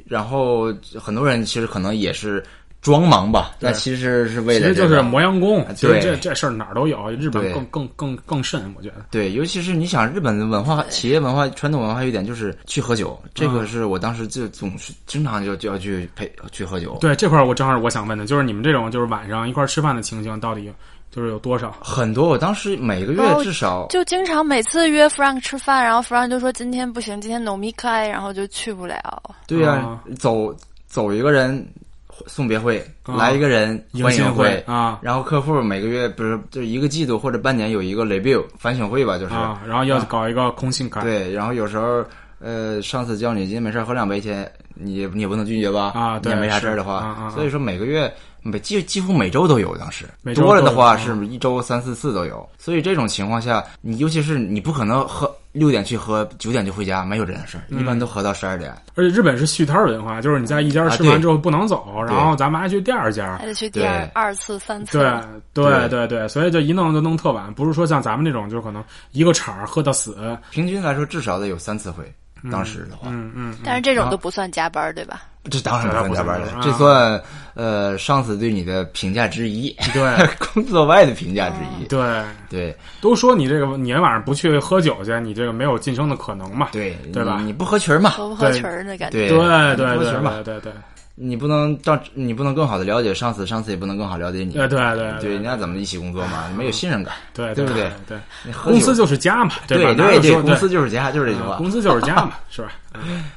S3: 然后很多人其实可能也是装忙吧，那其实是为
S1: 其
S3: 了
S1: 实就
S3: 这
S1: 是
S3: 个啊
S1: 磨洋工，
S3: 对
S1: 其实这这事儿哪儿都有，日本
S3: 对
S1: 更更更更甚，我觉得。
S3: 对，尤其是你想日本的文化、企业文化、传统文化有一点就是去喝酒，这
S1: 嗯
S3: 个是我当时就总是经常就就要去陪去喝酒，
S1: 对这块儿我正好我想问的，就是你们这种就是晚上一块儿吃饭的情形到底就是有多少？
S3: 很多我当时每个
S2: 哦
S3: 月至少
S2: 就经常每次约 Frank 吃饭，然后 Frank 就说今天不行，今天 no m i k a 然后就去不了。
S3: 对呀、
S1: 啊
S3: 走走一个人送别会，
S1: 啊
S3: 来一个人
S1: 迎
S3: 欢
S1: 新
S3: 迎
S1: 会啊
S3: 然后客户每个月不是就一个季度或者半年有一个 review 反省会吧，就是、
S1: 啊，然后要搞一个空性卡
S3: 对，然后有时候呃上司叫你今天没事儿喝两杯去，你也你也不能拒绝吧？
S1: 啊
S3: 你
S1: 对
S3: 也没啥事儿
S1: 是
S3: 的话，
S1: 啊啊啊
S3: 所以说每个月每几几乎每周都有，当时
S1: 每周
S3: 多了
S1: 都
S3: 的
S1: 有
S3: 话
S1: 啊
S3: 是一周三四次都有。所以这种情况下，你尤其是你不可能喝六点去喝，九点就回家，没有这件事儿，
S1: 嗯
S3: 一般都喝到十二点。
S1: 而且日本是续摊儿文化，就是你在一家吃
S3: 啊
S1: 完
S3: 对
S1: 之后不能走，然后咱们还去第二家
S2: 还。得去第二
S3: 对
S2: 二次、三次。
S1: 对对
S3: 对
S1: 对对，所以就一弄就弄特晚，不是说像咱们这种，就是可能一个场儿喝到死。
S3: 平均来说，至少得有三次会。当时的话，
S1: 嗯嗯，
S2: 但是这种都不算加班，对吧？
S3: 这当然不算加班
S1: 这还
S3: 了，
S1: 不算啊
S3: 这算呃上司对你的评价之一，
S1: 对
S3: 工作外的评价之一。
S1: 对，
S3: 对
S1: 都说你这个你晚上不去喝酒去，你这个没有晋升的可能嘛。
S3: 对
S1: 对吧
S3: 你你不合群嘛？
S2: 合不合
S1: 对
S2: 群儿的感觉。
S3: 对
S1: 对对对
S3: 你不合
S1: 对
S3: 群嘛？
S1: 对对对，
S3: 你不能让你不能更好的了解上司，上司也不能更好了解你。
S1: 呃对对对
S3: 对，人家怎么一起工作嘛？没有信 任感，
S1: 对对
S3: 对不对？
S1: 对，
S3: 你喝酒
S1: 公司就是家嘛，
S3: 对
S1: 吧？哪
S3: 对
S1: 有说
S3: 对，公司就是家，就是这句
S1: 啊
S3: 话。
S1: 公司就是家 嘛，是吧？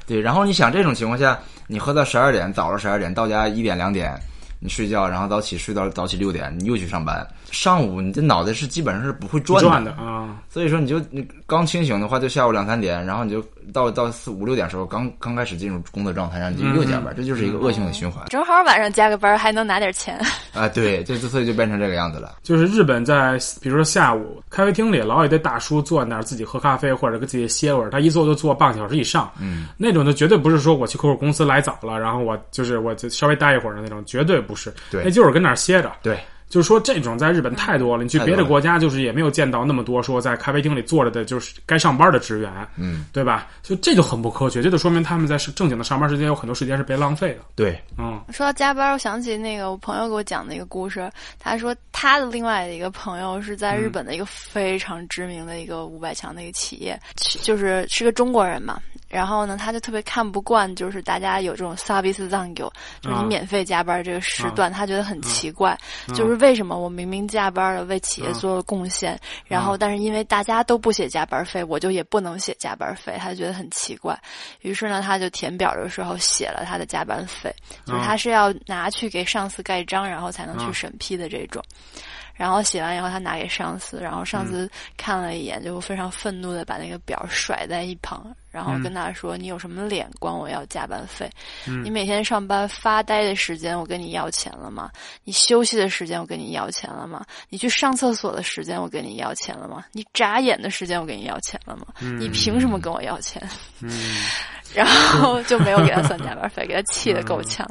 S3: 对，然后你想这种情况下，你喝到十二点，早上十二点到家一点两点，你睡觉，然后早起睡到早起六点，你又去上班，上午你的脑袋是基本上是不会转
S1: 赚的啊，
S3: 所以说你就你刚清醒的话，就下午两三点，然后你就到到四五六点时候，刚刚开始进入工作状态，然后你就又加班，
S1: 嗯
S3: 这就是一个恶性的循环
S2: 正好晚上加个班，还能拿点钱。
S3: 啊！对，这就所以就变成这个样子了。
S1: 就是日本在比如说下午咖啡厅里，老有一堆大叔坐那儿自己喝咖啡或者给自己歇会儿，他一坐就坐半个小时以上，嗯，那种就绝对不是说我去客户公司来早了，然后我就是我就稍微待一会儿的那种，绝对不是，
S3: 对
S1: 那就是跟那儿歇着。
S3: 对，
S1: 就是说，这种在日本太多了，你去别
S3: 嗯太多
S1: 的
S3: 了
S1: 国家，就是也没有见到那么多说在咖啡厅里坐着的，就是该上班的职员，嗯，对吧？所以这就很不科学，这就说明他们在是正经的上班时间有很多时间是被浪费的，
S3: 对，
S1: 嗯
S2: 说到加班，我想起那个我朋友给我讲的一个故事。他说他的另外的一个朋友是在日本的一个非常知名的一个五百强的一个企业，是就是是个中国人嘛。然后呢，他就特别看不惯，就是大家有这种 service zango，就是你
S1: 啊
S2: 免费加班这个时段，他觉得很奇怪，就是
S1: 嗯
S2: 为什么我明明加班了，为企业
S1: 啊
S2: 做了贡献，然后但是因为大家都不写加班费，我就也不能写加班费，他就觉得很奇怪。于是呢，他就填表的时候写了他的加班费，就是他是要拿去给上司盖章，然后才能去
S1: 啊
S2: 审批的这种。然后写完以后，他拿给上司，然后上司看了一眼，就非常愤怒的把那个表甩在一旁，然后跟他说：“你有什么脸管我要加班费？
S1: 嗯
S2: 你每天上班发呆的时间我跟你要钱了吗？你休息的时间我跟你要钱了吗？你去上厕所的时间我跟你要钱了吗？你眨眼的时间我跟你要钱了吗？你凭什么跟我要钱？” 然后就没有给他算加班费，给他气得够呛。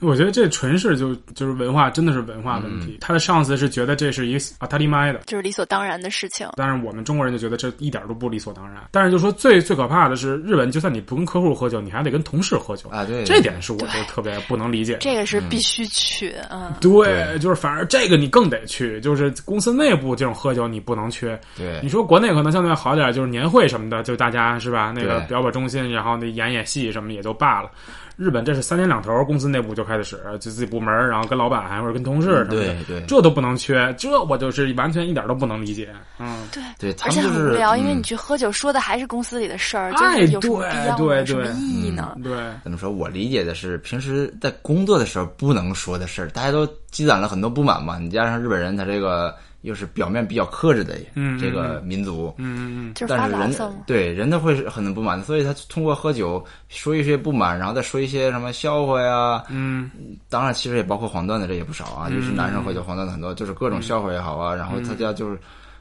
S1: 我觉得这纯是就就是文化，真的是文化问题。
S3: 嗯
S1: 他的上司是觉得这是一个啊他他妈的，
S2: 就是理所当然的事情。
S1: 但是我们中国人就觉得这一点都不理所当然。但是就说最最可怕的是，日本就算你不跟客户喝酒，你还得跟同事喝酒，
S3: 啊，对，
S1: 这点是我就特别不能理解的。
S2: 这个是必须去，嗯，
S1: 对，就是反而这个你更得去，就是公司内部这种喝酒你不能去。
S3: 对
S1: 你，说国内可能相对好点，就是年会什么的，就大家是吧？那个
S3: 对
S1: 表表忠心，然后那演演戏什么也就罢了。日本这是三天两头，公司内部就开始使，就自己部门儿，然后跟老板还或者跟同事什么的，
S3: 对对
S1: 这都不能缺，这我就是完全一点都不能理解。嗯，
S2: 对，
S3: 对，他
S2: 而且
S3: 们就
S2: 很
S3: 是
S2: 无聊，因为
S3: 嗯
S2: 你去喝酒说的还是公司里的事儿，就
S1: 哎
S2: 是有什么必要吗？
S1: 对
S2: 有什么
S1: 对
S2: 意义
S3: 嗯
S2: 呢？
S1: 对，
S3: 怎么说？我理解的是，平时在工作的时候不能说的事儿，大家都积攒了很多不满嘛。你加上日本人，他这个又是表面比较克制的
S1: 嗯
S3: 这个民族，
S1: 嗯嗯
S2: 就是发
S3: 但是
S2: 牢
S3: 人
S2: 骚嘛。
S3: 对人他会是很不满的，所以他通过喝酒说一些不满，然后再说一些什么笑话呀。
S1: 嗯
S3: 当然，其实也包括黄段子，这也不少啊。尤其男生喝酒黄段子很多，就是各种笑话也好啊，然后他家就是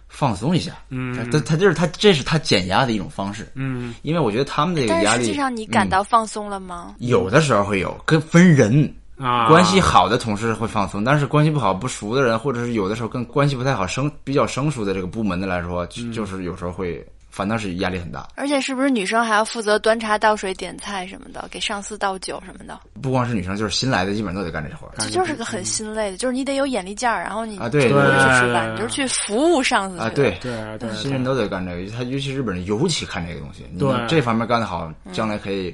S3: 放松一下。
S1: 嗯
S3: 他他他就是他，这是他减压的一种方式。
S1: 嗯
S3: 因为我觉得他们这个
S2: 但
S3: 压
S2: 是
S3: 力，
S2: 实际上，你感
S3: 嗯
S2: 到放松了吗？
S3: 有的时候会有，跟分人。
S1: 嗯啊，
S3: 关系好的同事会放松，但是关系不好、不熟的人，或者是有的时候跟关系不太好、生比较生疏的这个部门的来说，
S1: 嗯
S3: 就就是有时候会反倒是压力很大。
S2: 而且是不是女生还要负责端茶倒水、点菜什么的，给上司倒酒什么的？
S3: 不光是女生，就是新来的，基本上都得干这活儿。
S2: 这就是个很心累的，就是你得有眼力劲儿，然后你
S3: 啊对
S2: 你不是
S1: 对
S2: 去吃
S1: 对
S2: 饭，你就是去服务上司去
S3: 啊，
S2: 的
S3: 对，
S1: 对对
S3: 新人都得干这个，他尤其日本人尤其看这个东西。你
S1: 对
S3: 这方面干得好，将来可以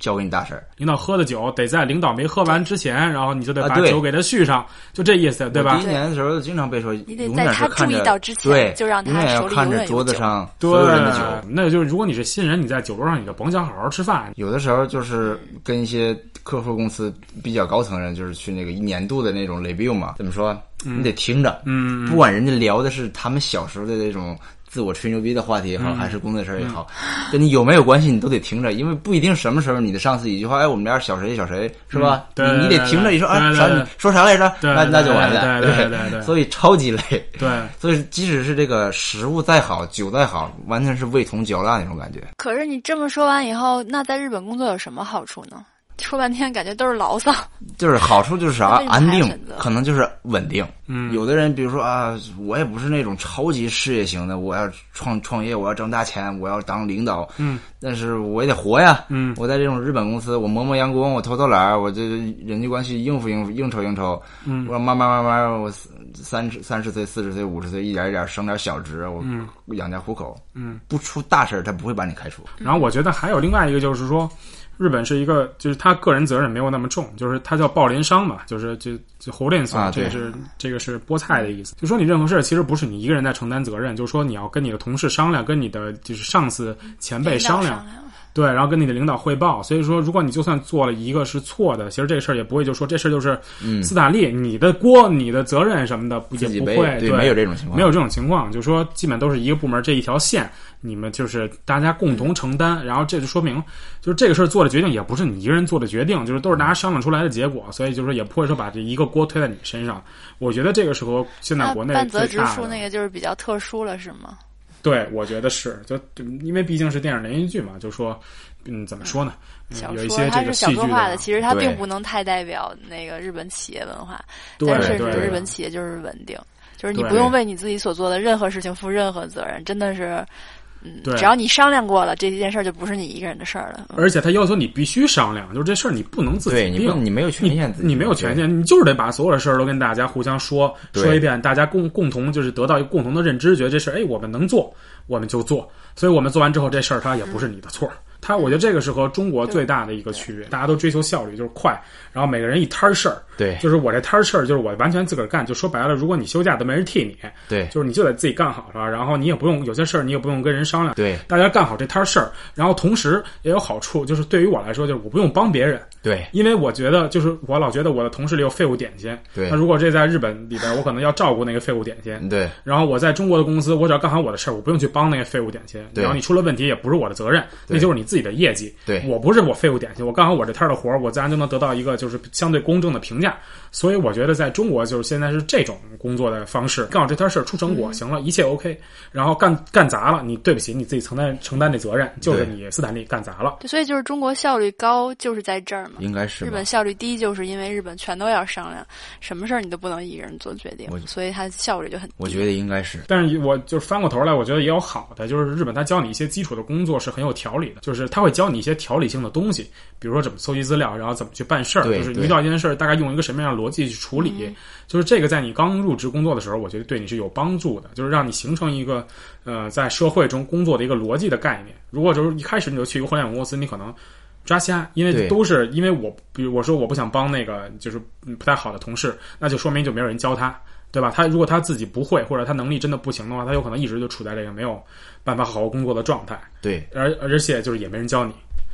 S3: 交给你大事
S2: 嗯
S3: 儿。
S1: 领导喝的酒得在领导没喝完之前，然后你就得
S3: 啊
S1: 把
S3: 对
S1: 酒给他续上，就这意思，对
S3: 我
S1: 吧
S3: 第一？年的时候经常被说，
S2: 你得
S3: 永
S2: 在
S3: 远
S2: 他
S3: 是看
S2: 注意
S3: 着
S2: 到之前
S3: 对，
S2: 就让他
S3: 永远
S2: 手
S3: 要
S2: 里
S3: 看
S2: 永
S3: 着
S2: 远有
S3: 桌子
S2: 酒
S3: 上
S1: 对
S3: 所有人的酒。，
S1: 那就是如果你是新人，你在酒桌上你就甭想好好吃饭，
S3: 有的时候就是跟一些客户公司比较高层人，就是去那个一年度的那种 review 嘛，怎么说？你得听着，
S1: 嗯
S3: 不管人家聊的是他们小时候的那种自我吹牛逼的话题也
S1: 嗯
S3: 好，还是工作的事儿也好，跟你有没有关系，你都得听着，因为不一定什么时候你的上司一句话，哎，我们家小谁小谁是吧？
S1: 嗯对
S3: 你你
S1: 对
S3: 得听着，
S1: 对
S3: 你说
S1: 对
S3: 啊
S1: 对
S3: 啥
S1: 对
S3: 你说啥来着？
S1: 对
S3: 那
S1: 对
S3: 那就完了，
S1: 对对对对
S3: 所以超级累。
S1: 对。
S3: 所以，即使是这个食物再好，酒再好，完全是味同嚼蜡那种感觉。
S2: 可是你这么说完以后，那在日本工作有什么好处呢？说半天感觉都是牢骚。
S3: 就是好处就是
S2: 那为
S3: 啥
S2: 什么还
S3: 安
S2: 要
S3: 定
S2: 选择，
S3: 可能就是稳定。嗯，有的人比如说啊，我也不是那种超级事业型的，我要创创业，我要挣大钱，我要当领导。
S1: 嗯，
S3: 但是我也得活呀。
S1: 嗯
S3: 我在这种日本公司，我磨磨洋工，我偷偷懒儿，我这人际关系应付应付应酬应酬。
S1: 嗯
S3: 我慢慢慢慢，我三十三十岁、四十岁、五十岁，一点一点升点小职，我养家糊口。
S1: 嗯，
S3: 不出大事儿，他不会把你开除。
S1: 然后我觉得还有另外一个就是说，日本是一个就是他个人责任没有那么重，就是他叫暴鳞伤嘛，就是就就猴脸
S3: 啊
S1: 松，这
S3: 对
S1: 个是这个是菠菜的意思。就说你任何事儿其实不是你一个人在承担责任，就是说你要跟你的同事商量，跟你的就是上司前辈商量，对，然后跟你的领导汇报。所以说，如果你就算做了一个是错的，其实这事儿也不会就说这事儿就是斯坦利、你的锅、你的责任什么的，不也
S3: 嗯自己
S1: 不
S3: 背
S1: 会
S3: 对没有这种情况
S1: 没有这种情况，就说基本都是一个部门这一条线，你们就是大家共同承担。然后这就说明，就是这个事儿做的决定也不是你一个人做的决定，就是都是大家商量出来的结果，所以就是也不会说把这一个锅推在你身上。我觉得这个是和现在
S2: 那
S1: 国内
S2: 半泽
S1: 最
S2: 直
S1: 大
S2: 树
S1: 的
S2: 那个就是比较特殊了，是吗？
S1: 对，我觉得是，就就因为毕竟是电影连续剧嘛，就说，嗯，怎么说呢？
S2: 小
S1: 嗯、有一
S2: 说
S1: 些这
S2: 它是
S1: 个
S2: 小
S1: 戏
S2: 说
S1: 剧
S2: 化
S1: 的
S2: 的，其实它
S3: 对
S2: 并不能太代表那个日本企业文化，
S1: 对
S2: 但是
S1: 对
S2: 日本企业就是稳定，就是你
S1: 对
S2: 不用为你自己所做的任何事情负任何责任，真的是，嗯，
S1: 对
S2: 只要你商量过了，这件事儿就不是你一个人的事儿了。嗯
S1: 而且他要求你必须商量，就是这事儿你不能自己
S3: 对你不
S1: 定
S3: 你没有权限自己
S1: 你没有
S3: 定
S1: 权限，你就是得把所有的事儿都跟大家互相说
S3: 对
S1: 说一遍，大家共共同就是得到一个共同的认知，觉得这事儿，哎，我们能做，我们就做。所以我们做完之后，这事儿它也不是你的错儿，它我觉得这个是和中国最大的一个区别，大家都追求效率，就是快，然后每个人一摊事儿，
S3: 对
S1: 就是我这摊事儿，就是我完全自个儿干，就说白了，如果你休假都没人替你，
S3: 对
S1: 就是你就得自己干好是吧？然后你也不用有些事儿，你也不用跟人商量，
S3: 对
S1: 大家干好这摊事儿，然后同时也有好处，就是对于我来说，就是我不用帮别人，
S3: 对
S1: 因为我觉得就是我老觉得我的同事里有废物点心，
S3: 对
S1: 那如果这在日本里边，我可能要照顾那个废物点心，
S3: 对
S1: 然后我在中国的公司，我只要干好我的事儿，我不用去帮那个废物点心。
S3: 对
S1: 然后你出了问题也不是我的责任，那就是你自己的业绩。
S3: 对
S1: 我不是我废物点心，我干好我这摊儿的活儿，我自然就能得到一个就是相对公正的评价。所以我觉得在中国就是现在是这种工作的方式，干好这摊事儿出成果，行了，一切 OK。然后干干砸了，你对不起，你自己承担承担这责任，就是
S3: 对
S1: 你斯坦利干砸了。
S2: 对，所以就是中国效率高就是在这儿嘛。
S1: 嗯
S3: 应该是
S2: 日
S3: 吧
S2: 本？效率低，就是因为日本全都要商量，什么事儿你都不能一人做决定
S3: 我，
S2: 所以它效率就很低。
S3: 我觉得应该是
S1: 但是我就是翻过头来，我觉得也有好的，就是日本他教你一些基础的工作是很有条理的，就是他会教你一些条理性的东西，比如说怎么搜集资料，然后怎么去办事儿，
S3: 对
S1: 就是
S3: 对嗯
S1: 遇到一件事儿大概用一个什么样的逻辑去处理，就是这个在你刚入职工作的时候，我觉得对你是有帮助的，就是让你形成一个呃在社会中工作的一个逻辑的概念。如果就是一开始你就去一个互联网公司，你可能。抓瞎，因为
S3: 对
S1: 都是因为我，比如我说我不想帮那个就是嗯不太好的同事，那就说明就没有人教他，对吧？他如果他自己不会，或者他能力真的不行的话，他有可能一直就处在这个没有办法好好工作的状态，
S3: 对
S1: 而而且就是也没人教你。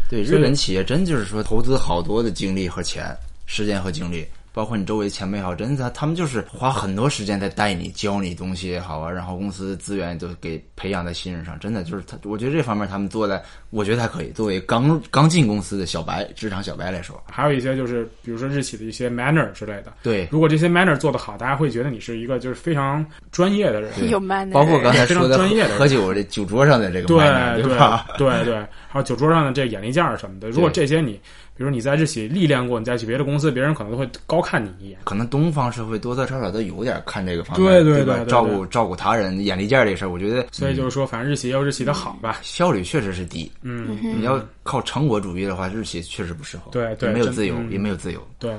S3: 对，日本企业真就是说投资好多的精力和钱、时间和精力，包括你周围的前辈也好，真的他他们就是花很多时间在带你、教你东西也好啊，然后公司资源都给培养在新人上，真的就是他，我觉得这方面他们做的，我觉得还可以。作为刚刚进公司的小白、职场小白来说，
S1: 还有一些就是，比如说日企的一些 manner 之类的，
S3: 对，
S1: 如果这些 manner 做得好，大家会觉得你是一个就是非常专业的人。
S3: 对
S2: 有 man
S3: 包括刚才
S1: 非常
S3: 说的
S1: 专业的
S3: 喝酒这酒桌上的这个
S1: 对
S3: 卖弄
S1: 对
S3: 吧？
S1: 对对，还有酒桌上的这眼力见儿什么的，如果这些你，比如你在日企历练过，你再去别的公司，别人可能都会高看你一眼。
S3: 可能东方社会多多少少都有点看这个方面，
S1: 对对
S3: 吧
S1: 对对
S3: 照顾照顾他人、眼力见儿这事儿，我觉得嗯
S1: 所以就是说，反正日企也有日企的好吧，
S3: 效率确实是低。
S1: 嗯，
S3: 你要靠成果主义的话，日企确实不适合，
S1: 对对
S3: 也没有
S1: 真
S3: 自由，
S1: 嗯
S3: 也没有自由，
S1: 对。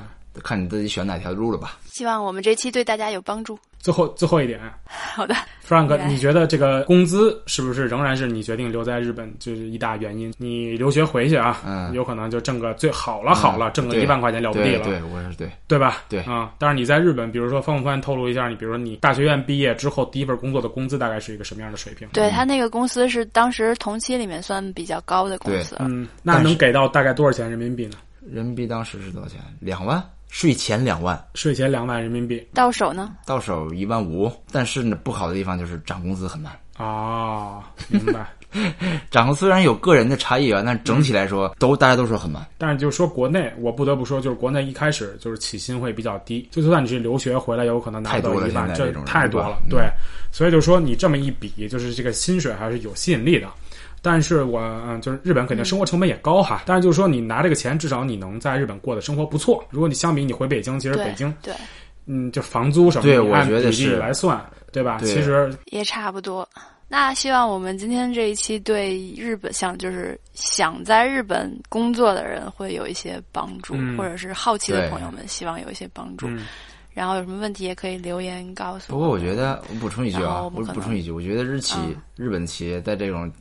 S3: 看你自己选哪条路了吧。
S2: 希望我们这期对大家有帮助。
S1: 最后最后一点，
S2: 好的，
S1: Frank，
S2: 来
S1: 你觉得这个工资是不是仍然是你决定留在日本就是一大原因？你留学回去啊，
S3: 嗯
S1: 有可能就挣个最好了好了，
S3: 嗯
S1: 挣个
S3: 对
S1: 一万块钱了不地
S3: 对
S1: 了，
S3: 对，我是对，
S1: 对吧？
S3: 对
S1: 啊、但是你在日本，比如说方不方便透露一下，你比如说你大学院毕业之后第一份工作的工资大概是一个什么样的水平？
S2: 对
S3: 嗯
S2: 他那个公司是当时同期里面算比较高的公
S3: 对
S2: 司了，
S1: 嗯，那
S3: 但是
S1: 能给到大概多少钱人民币呢？
S3: 人民币当时是多少钱？两万，税前两万，
S1: 税前两万人民币
S2: 到手呢
S3: 到手一万五。但是呢，不好的地方就是涨工资很难。
S1: 哦，明白。
S3: 涨工资虽然有个人的差异啊，但整体来说都大家都说很慢。
S1: 但是就是说国内，我不得不说，就是国内一开始就是起薪会比较低，就算你是留学回来，有可能拿不
S3: 太多
S1: 到
S3: 了
S1: 一万，
S3: 现在
S1: 这
S3: 这种人
S1: 太多
S3: 是
S1: 了
S3: 吧。嗯
S1: 对，所以就说你这么一比，就是这个薪水还是有吸引力的。但是我嗯，就是日本肯定生活成本也高
S3: 嗯
S1: 哈，但是就是说你拿这个钱，至少你能在日本过得生活不错。如果你相比你回北京，其实
S2: 对
S1: 北京
S2: 对
S1: 嗯，就房租什么
S3: 对
S1: 的，你
S3: 我
S1: 按
S3: 觉
S1: 比
S3: 得
S1: 例
S3: 是
S1: 来算，对吧？
S3: 对
S1: 其实
S2: 也差不多。那希望我们今天这一期对日本想就是想在日本工作的人会有一些帮助，
S1: 嗯
S2: 或者是好奇的
S3: 对
S2: 朋友们希望有一些帮助。
S1: 嗯
S2: 然后有什么问题也可以留言告诉
S3: 不
S2: 我。
S3: 过我觉得，我补充一句
S2: 然后
S3: 啊
S2: 我，们
S3: 我
S2: 可
S3: 补
S2: 能
S3: 充一句，我觉得日企、
S2: 嗯
S3: 日本企业在这种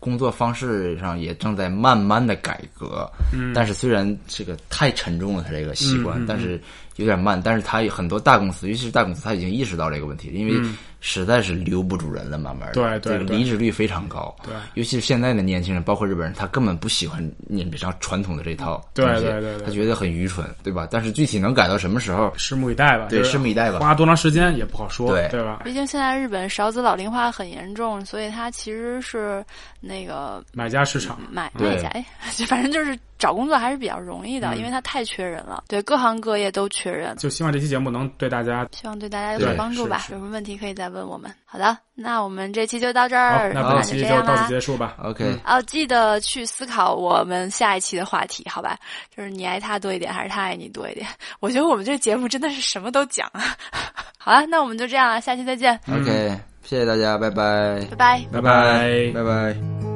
S3: 工作方式上也正在慢慢的改革。
S1: 嗯，
S3: 但是虽然这个太沉重了，它这个习惯，
S1: 嗯嗯嗯
S3: 但是有点慢。但是它有很多大公司，尤其是大公司，它已经意识到这个问题，因为实在是留不住人了，慢慢的，
S1: 嗯对对
S3: 这个
S1: 对
S3: 离职率非常高。
S1: 对
S3: 尤其是现在的年轻人，包括日本人，他根本不喜欢你们上传统的这套东西，
S1: 对对对对
S3: 他觉得很愚蠢，对吧？但是具体能改到什么时候？
S1: 拭目以待吧，
S3: 对，
S1: 就是
S3: 拭目以待吧。
S1: 花多长时间也不好说，
S3: 对
S1: 对吧？
S2: 毕竟现在日本少子老龄化很严重，所以它其实是那个
S1: 买家市场，
S2: 买
S3: 对
S2: 卖家，哎， 就反正就是找工作还是比较容易的，
S1: 嗯
S2: 因为它太缺人了。对，各行各业都缺人，
S1: 就希望这期节目能对大家
S2: 希望对大家有所
S3: 对
S2: 帮助
S1: 是
S2: 吧。
S1: 是
S2: 有什么问题可以再问我们。好的，那我们这期就到这
S1: 好，
S2: 儿，
S1: 那本
S2: 就
S1: 期
S2: 这
S1: 就
S2: 样
S1: 到
S2: 啦
S1: 此。结束吧。
S3: OK，、
S1: 嗯
S2: 哦，记得去思考我们下一期的话题，好吧？就是你爱他多一点，还是他爱你多一点？ 我觉得我们这节目真的是什么都讲啊。 好了，那我们就这样了，下期再见，
S3: OK，谢谢大家，拜拜，
S2: 拜拜。
S1: 拜拜
S3: 拜拜。